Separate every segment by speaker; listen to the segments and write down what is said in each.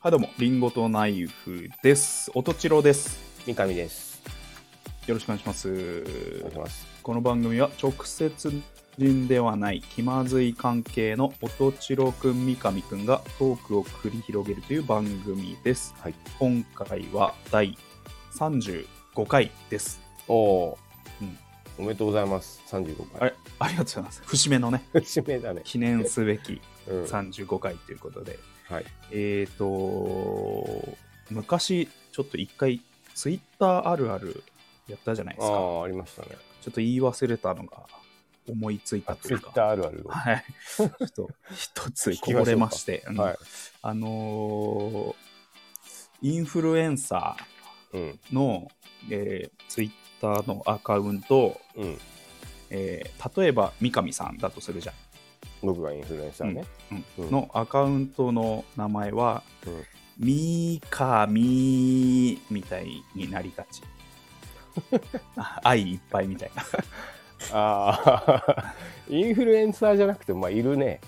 Speaker 1: はい、どうも、リンゴとナイフです。おとちろです。
Speaker 2: 三上です。
Speaker 1: よろしくお願いします。
Speaker 2: お願いします。
Speaker 1: この番組は直接人ではない気まずい関係のおとちろくん、三上くんがトークを繰り広げるという番組です。
Speaker 2: はい
Speaker 1: 今回は第35回です。
Speaker 2: おお、
Speaker 1: うん
Speaker 2: おめでとうございます。三十五
Speaker 1: あ
Speaker 2: 回。
Speaker 1: れありがとうございます。節目のね、
Speaker 2: 節目だね。
Speaker 1: 記念すべき
Speaker 2: うん。はい。
Speaker 1: 35回ということで、
Speaker 2: はい
Speaker 1: えっ、と、昔、ちょっと一回、ツイッターあるあるやったじゃないで
Speaker 2: あ
Speaker 1: すか。
Speaker 2: あ、ありましたね。
Speaker 1: ちょっと言い忘れたのが思いついた
Speaker 2: あ、
Speaker 1: と
Speaker 2: ツ
Speaker 1: い
Speaker 2: イ
Speaker 1: う
Speaker 2: ッ
Speaker 1: か。
Speaker 2: ターあるあるを。は
Speaker 1: はい、ちょっと一つこぼれまして、うん
Speaker 2: い。
Speaker 1: あのーインフルエンサ
Speaker 2: うん。
Speaker 1: ーの、えツイッター Twitter のアカウント、
Speaker 2: うん。
Speaker 1: えー例えば三上さんだとするじゃん
Speaker 2: 僕がインフルエンサーね。
Speaker 1: うん
Speaker 2: うん
Speaker 1: のアカウントの名前は、
Speaker 2: うん
Speaker 1: みーかみーみたいになりが ちあ愛いっぱいみたいな
Speaker 2: ああ、インフルエンサーじゃ なくて、まあ、いるね。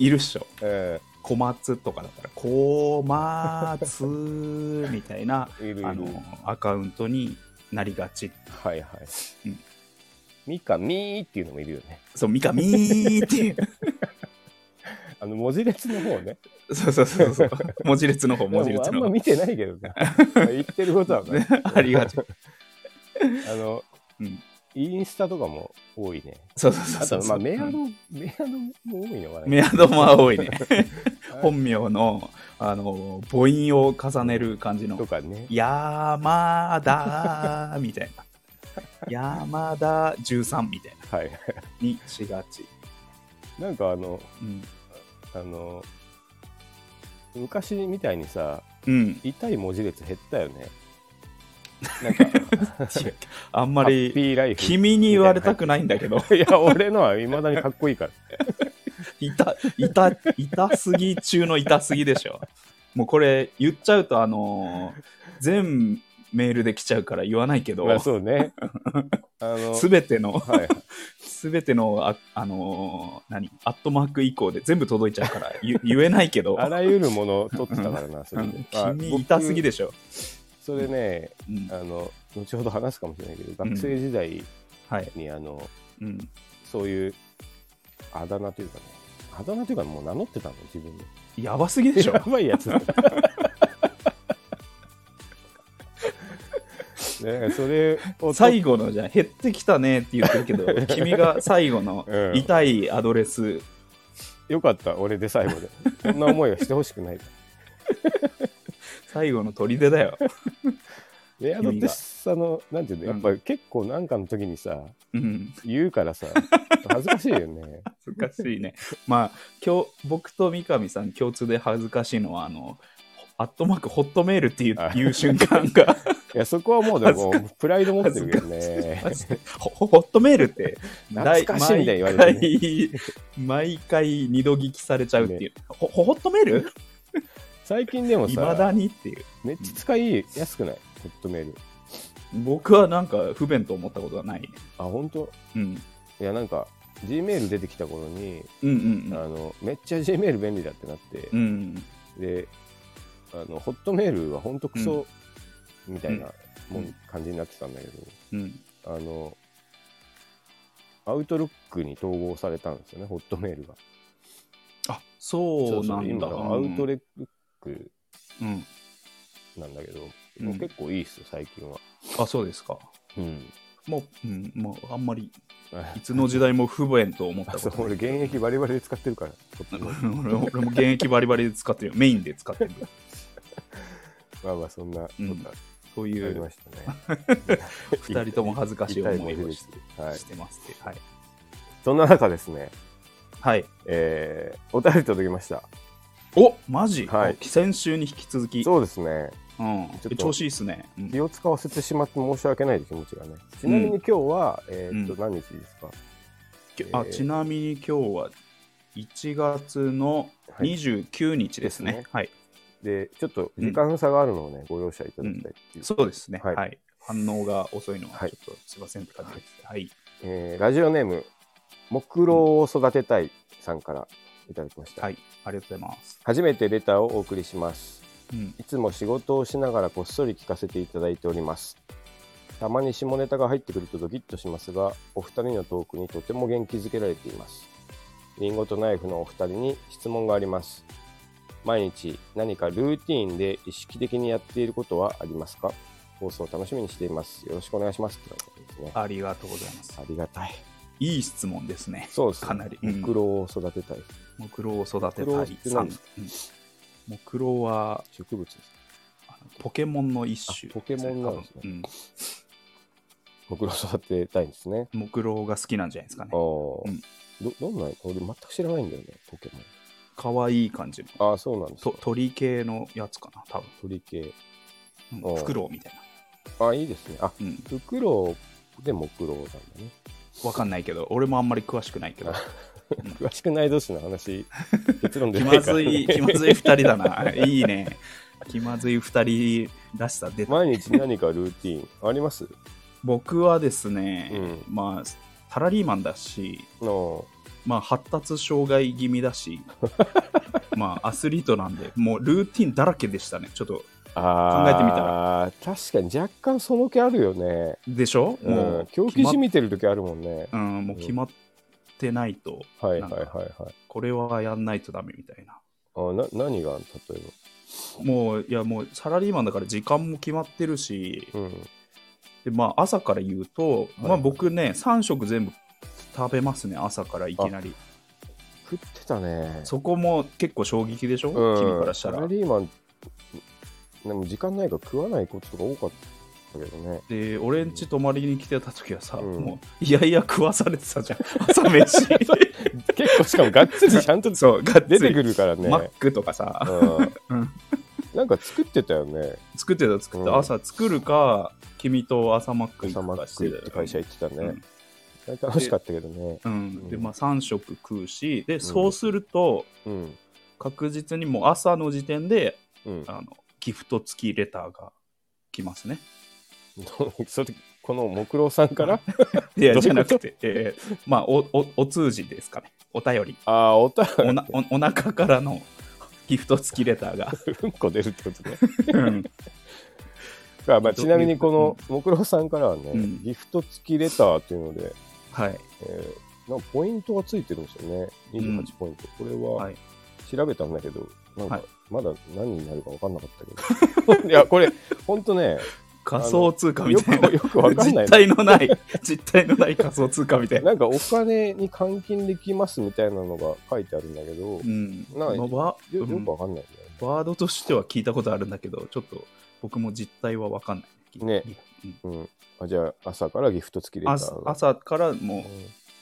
Speaker 1: いるっしょ
Speaker 2: え
Speaker 1: 小松とかだったら「小松」みたいな
Speaker 2: えいるいる。
Speaker 1: あのアカウントになりがち
Speaker 2: はいはい
Speaker 1: うん。
Speaker 2: ミカミーっていうのもいるよね。
Speaker 1: そう「みかみー」っていう
Speaker 2: あの文字列の方ね。
Speaker 1: そうそうそうそう文字列の方文字
Speaker 2: でも
Speaker 1: 列
Speaker 2: あんま
Speaker 1: の方
Speaker 2: 見てないけ どね。まあ言ってることはね。
Speaker 1: ありがち
Speaker 2: あの、
Speaker 1: うん
Speaker 2: インスタとかも多いね。
Speaker 1: そうそうそう
Speaker 2: あ
Speaker 1: そう
Speaker 2: と、まあ、メアド、メアドも多いのかな。
Speaker 1: メアドも多 いね
Speaker 2: はい
Speaker 1: 本名のあの母音を重ねる感じの
Speaker 2: とかね。
Speaker 1: 山田みたいな山田13みたいな
Speaker 2: はい。
Speaker 1: にしがち、
Speaker 2: なんかあの、
Speaker 1: うん
Speaker 2: あの、昔みたいにさ、
Speaker 1: うん、
Speaker 2: 痛い文字列減ったよね。なんか、
Speaker 1: あん
Speaker 2: ハ
Speaker 1: ま
Speaker 2: ッ
Speaker 1: り
Speaker 2: ピーライフ。
Speaker 1: 君に言われたくないんだけど
Speaker 2: いや、俺のはいまだにかっこいいから。
Speaker 1: 痛痛痛すぎ中の痛すぎでしょもうこれ言っちゃうとあのー全メールで来ちゃうから言わないけど、
Speaker 2: まあ、そうね。あの、
Speaker 1: すべての、
Speaker 2: はい。
Speaker 1: すべての、あ、あのー何、アットマーク以降で全部届いちゃうから言言えないけ ど、
Speaker 2: あらゆるものを取ってたからな、それ
Speaker 1: うん
Speaker 2: で。まあ
Speaker 1: 君痛すぎでしょ。
Speaker 2: 僕それね、
Speaker 1: うん
Speaker 2: あの、後ほど話すかもしれないけど、学生時代
Speaker 1: はい。
Speaker 2: に、あの、
Speaker 1: うん。
Speaker 2: そういうあだ名というかね、あだ名というかもう名乗ってたの、自分で。
Speaker 1: やばすぎでしょ
Speaker 2: や。ばいや つだ。ね、それを
Speaker 1: 最後のじゃん減ってきたねって言ってるけど、君が最後 の
Speaker 2: うん
Speaker 1: 痛いアドレス、
Speaker 2: よかった、俺で最後で。そんな思いはしてほし くない。
Speaker 1: 最後の砦だよ。
Speaker 2: エアドってその、なんていうの、やっぱり結構なんかの時にさ、
Speaker 1: うん。
Speaker 2: 言うからさ、恥ずかしい よね。
Speaker 1: 恥ずかしいね。まあ、今日、僕と三上さん共通で恥ずかしいのは、あの、アットマークホットメールっていう
Speaker 2: あ
Speaker 1: いう瞬 間が、
Speaker 2: いや、そこはもうでも、プライド持ってるけどね。
Speaker 1: ホホットメールって、
Speaker 2: 懐かしいみたいに言われて
Speaker 1: 毎回、毎 回二度聞きされちゃうっていう。ほホットメール
Speaker 2: 最近でも
Speaker 1: いまだ
Speaker 2: さ、
Speaker 1: にっていう。
Speaker 2: めっちゃ使いやすくないホットメール。
Speaker 1: 僕はなんか不便と思ったことはないね。
Speaker 2: あ、本当
Speaker 1: うん。
Speaker 2: いや、なんか、G メール出てきた頃に、
Speaker 1: うんうんうん
Speaker 2: あのめっちゃ G メール便利だってなって
Speaker 1: う、ん
Speaker 2: であのホットメールはほんとクソみたいなもん、
Speaker 1: うん
Speaker 2: 感じになってたんだけど、
Speaker 1: うん
Speaker 2: あのアウトロックに統合されたんですよねホットメールが
Speaker 1: あそうなんだ
Speaker 2: そうそう今アウト
Speaker 1: レ
Speaker 2: レック
Speaker 1: うん
Speaker 2: なんだけど、
Speaker 1: うん
Speaker 2: もう結構いいっすよ最近は、
Speaker 1: あそうですか
Speaker 2: うん、
Speaker 1: もう、うん、もうあんまりいつの時代も不便と思った
Speaker 2: あ
Speaker 1: こ
Speaker 2: そう
Speaker 1: と
Speaker 2: 俺現役バリバリで使ってるからホットメール
Speaker 1: 俺も俺も現役バリバリで使ってるよメインで使ってる
Speaker 2: まあまあそんなことが
Speaker 1: そうい
Speaker 2: あり
Speaker 1: う
Speaker 2: ましたね、
Speaker 1: 二人とも恥ずかしい思い
Speaker 2: 痛
Speaker 1: を
Speaker 2: 文
Speaker 1: し
Speaker 2: 字列はい
Speaker 1: してますってはい、
Speaker 2: そんな中ですね
Speaker 1: はい、
Speaker 2: えー、お便り届きました
Speaker 1: おマジ、
Speaker 2: はい
Speaker 1: お先週に引き続きう、
Speaker 2: そうですね
Speaker 1: ん
Speaker 2: ちょっ、と
Speaker 1: 調子いいっすね、うん
Speaker 2: 気を使わせてしまって申し訳ない気持ちがねちなみに今日は、えーっと
Speaker 1: うん
Speaker 2: 何日ですか、
Speaker 1: あ
Speaker 2: えー
Speaker 1: ちなみに今日は1月の29日ですね、はい、
Speaker 2: でちょっと時間差があるのをね、ご容赦いただきたいっていう、
Speaker 1: そうですね、は
Speaker 2: はいい
Speaker 1: 反応が遅いのは
Speaker 2: はい
Speaker 1: ちょっとすいませんって感じです、はい
Speaker 2: えーラジオネーム木狼を育てたいさんからいただきました、
Speaker 1: はい、ありがとうございます。
Speaker 2: 初めてレターをお送りします
Speaker 1: うん。
Speaker 2: いつも仕事をしながらこっそり聞かせていただいております。たまに下ネタが入ってくるとドキッとしますが、お二人のトークにとても元気づけられています。リンゴとナイフのお二人に質問があります。毎日何かルーティーンで意識的にやっていることはありますか放送を楽しみにしています。よろしくお願いします。ってことですね。あ
Speaker 1: ありがとうございます。
Speaker 2: りがたい。
Speaker 1: いい質問ですね。
Speaker 2: そうですね。
Speaker 1: かなり。
Speaker 2: ムクロを育てたい。
Speaker 1: 木狼を育て
Speaker 2: 木
Speaker 1: た
Speaker 2: 狼っ
Speaker 1: い
Speaker 2: て
Speaker 1: さん。
Speaker 2: 何
Speaker 1: う
Speaker 2: です
Speaker 1: ん木狼は
Speaker 2: 植物です。
Speaker 1: あのポケモンの一種、
Speaker 2: あポケモンなんです
Speaker 1: 多
Speaker 2: ね
Speaker 1: 分
Speaker 2: ムクロを育てたいんですね。
Speaker 1: うん。木狼が好きなんじゃないですかね
Speaker 2: あ。ー
Speaker 1: うん
Speaker 2: どどんな俺全く知らないんだよねポケモン
Speaker 1: 可愛い感じの。
Speaker 2: ああそうなんですか
Speaker 1: と鳥系のやつかな、多
Speaker 2: 鳥系
Speaker 1: 分。
Speaker 2: お
Speaker 1: うん、
Speaker 2: う
Speaker 1: フクロウみたいな。
Speaker 2: あいいですねあ
Speaker 1: うん。
Speaker 2: フクロウでモクロウなんだね
Speaker 1: わかんないけど、俺もあんまり詳しくないけど。
Speaker 2: 詳しくない同士 の話結論で
Speaker 1: 気
Speaker 2: ない
Speaker 1: ま
Speaker 2: から、
Speaker 1: ずい、
Speaker 2: ね、
Speaker 1: 気まずい二人だな。 いいね。気まずい二人らしさ出た。
Speaker 2: 毎日何かルーティーンあります
Speaker 1: 僕はですね、
Speaker 2: うん
Speaker 1: まあ、サラリーマンだし、
Speaker 2: の
Speaker 1: まあ、発達障害気味だし、 まあ、アスリートなんで、もうルーティンだらけでしたね。ちょっと、考えてみた
Speaker 2: あー確かに若干その気あるよね
Speaker 1: でしょ、
Speaker 2: う
Speaker 1: も
Speaker 2: ん
Speaker 1: う、
Speaker 2: 狂気じみてる時あるもんね
Speaker 1: 決まっうん、もう決まってないと、
Speaker 2: はい
Speaker 1: な
Speaker 2: は
Speaker 1: ん
Speaker 2: い
Speaker 1: か
Speaker 2: はいはい
Speaker 1: これはやんないとダメみたいな。
Speaker 2: あな何が例え
Speaker 1: もう、いや、もう、サラリーマンだから時間も決まってるし、
Speaker 2: ばうん
Speaker 1: で、まあ、朝から言うと、まあ、
Speaker 2: はい
Speaker 1: 僕ね、3食全部食べますね、朝からいきなり。
Speaker 2: 食ってたね
Speaker 1: そこも結構衝撃でしょ、
Speaker 2: うん
Speaker 1: 君からした
Speaker 2: サ
Speaker 1: ら
Speaker 2: ラ。リーマンでも時間ないから食わないこととか多かったけどね
Speaker 1: で、俺ん家泊まりに来てた時はさ、
Speaker 2: うん
Speaker 1: もう、いやいや食わされてたじゃん、朝飯。
Speaker 2: 結構しかもがっつりちゃんと
Speaker 1: そう、がっつ
Speaker 2: 出
Speaker 1: り
Speaker 2: てくるからね、
Speaker 1: マックとかさ、
Speaker 2: う
Speaker 1: うん
Speaker 2: ん、なんか作ってたよね
Speaker 1: 作ってた作ってた、
Speaker 2: うん
Speaker 1: 朝作るか、君と朝マック行
Speaker 2: 朝マ
Speaker 1: くか
Speaker 2: ッ
Speaker 1: し
Speaker 2: ク
Speaker 1: て
Speaker 2: 行って会社
Speaker 1: 行
Speaker 2: 行ってたね、
Speaker 1: うん
Speaker 2: あれ楽しかったけどね
Speaker 1: うん、で、
Speaker 2: うん
Speaker 1: まあ3食食うし、で、そうすると、
Speaker 2: うん
Speaker 1: 確実にもう朝の時点で、
Speaker 2: うん
Speaker 1: あのギフト付きレターが来ますね。
Speaker 2: それこの木郎さんから
Speaker 1: いや、
Speaker 2: どう
Speaker 1: じ
Speaker 2: い
Speaker 1: ゃ
Speaker 2: うこと
Speaker 1: なくて、えーまあおお、お通じですかね。お便り。
Speaker 2: ああおた
Speaker 1: おなおお腹からの ギフト付きレターが。
Speaker 2: うんこ出るってことね
Speaker 1: うん
Speaker 2: あ、まあ、ちなみにこの木郎さんからはね、
Speaker 1: うん
Speaker 2: ギフト付きレターっていうので、
Speaker 1: はい。
Speaker 2: えーなんかポイントがついてるんですよね28ポイント、こ
Speaker 1: は
Speaker 2: れはい調べたんだけどなん
Speaker 1: は
Speaker 2: か
Speaker 1: い
Speaker 2: まだ何になるか分かんなかったけど、い やこれほんとね
Speaker 1: 仮想通貨み
Speaker 2: よ
Speaker 1: たいな
Speaker 2: く。よくわかんない
Speaker 1: 実体のない、実体のない仮想通貨みたいな。
Speaker 2: なんかお金に換金できますみたいなのが書いてあるんだけど、
Speaker 1: うん。ま
Speaker 2: な
Speaker 1: あ
Speaker 2: い
Speaker 1: わう
Speaker 2: よよ
Speaker 1: ん
Speaker 2: くわかんないんだよ
Speaker 1: ワードとしては聞いたことあるんだけど、ちょっと僕も実態は分かんない。
Speaker 2: ね
Speaker 1: うん
Speaker 2: ね。うん、あじゃあ朝からギフト付きレタ
Speaker 1: 朝
Speaker 2: ーが。
Speaker 1: 朝から
Speaker 2: うん
Speaker 1: もう、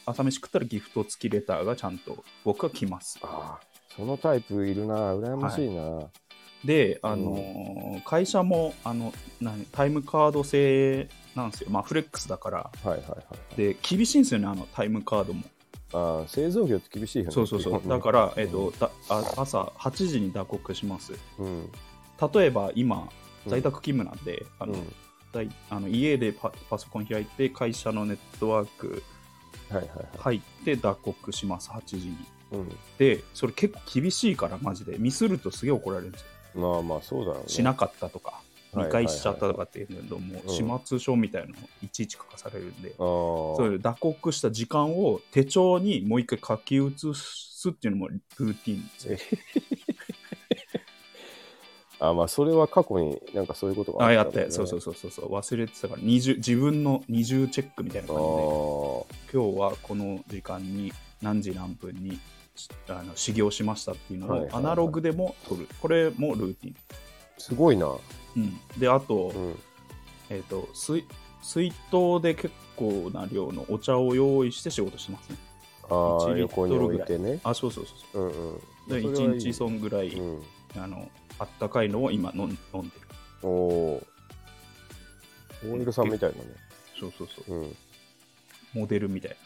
Speaker 1: 朝飯食ったらギフト付きレターがちゃんと僕は来ます。
Speaker 2: あーそのタイプいるな、羨ましいな。
Speaker 1: で、あのー会社もあの何タイムカード制なんですよ、まあ、フレックスだから。
Speaker 2: はいはいはい。
Speaker 1: で、厳しいんですよね、あのタイムカードも。
Speaker 2: あー製造業って厳しいよね。、
Speaker 1: そうそうそう。だからら、えっとだあ朝8時に打刻します。
Speaker 2: うん、
Speaker 1: 例えば今、在宅勤務なんで、あ
Speaker 2: う
Speaker 1: の
Speaker 2: ん、
Speaker 1: だいあの家でパパソコン開いて、会社のネットワーク
Speaker 2: はいはいはい。
Speaker 1: 入って打刻します、8時に。
Speaker 2: うん
Speaker 1: で、それ結構厳しいから、マジで。ミスるとすげえ怒られるんですよ。
Speaker 2: まあまあそうだろうね。
Speaker 1: しなかったとか、
Speaker 2: はい
Speaker 1: 2回しちゃったとかっていうのも、
Speaker 2: うん
Speaker 1: 始末書みたいなのをいちいち書かされるんで、
Speaker 2: あー
Speaker 1: そういう打刻した時間を手帳にもう一回書き写すっていうのもルーティンですよ。
Speaker 2: あまあそれは過去になんかそういうことが
Speaker 1: あ、や
Speaker 2: ん
Speaker 1: っ
Speaker 2: だ
Speaker 1: て、
Speaker 2: ね
Speaker 1: そうそうそうそうそう、忘れてたから、二重自分の二重チェックみたいな感じで、今日はこの時間に何時何分にしあの修行しましたっていうの
Speaker 2: はいはい
Speaker 1: を
Speaker 2: は
Speaker 1: ア
Speaker 2: い
Speaker 1: ナログでも取る。これもルーティン。
Speaker 2: あーすごいな。
Speaker 1: うん、で、あと、
Speaker 2: うん。
Speaker 1: えっ、と水、水筒で結構な量のお茶を用意して仕事してますね。
Speaker 2: あー
Speaker 1: 1リット
Speaker 2: 横に
Speaker 1: ル
Speaker 2: 置
Speaker 1: ぐ
Speaker 2: い
Speaker 1: らい
Speaker 2: てね。
Speaker 1: あ、そうそうそうそ
Speaker 2: うんうん。
Speaker 1: う。で、
Speaker 2: それは
Speaker 1: 1
Speaker 2: いい
Speaker 1: 日そんぐらい、
Speaker 2: うん、
Speaker 1: あの、あったかいのを今飲ん飲んでる。
Speaker 2: おおー。オイルさんみたいなね。
Speaker 1: そうそうそう。
Speaker 2: うん。
Speaker 1: モデルみたいな。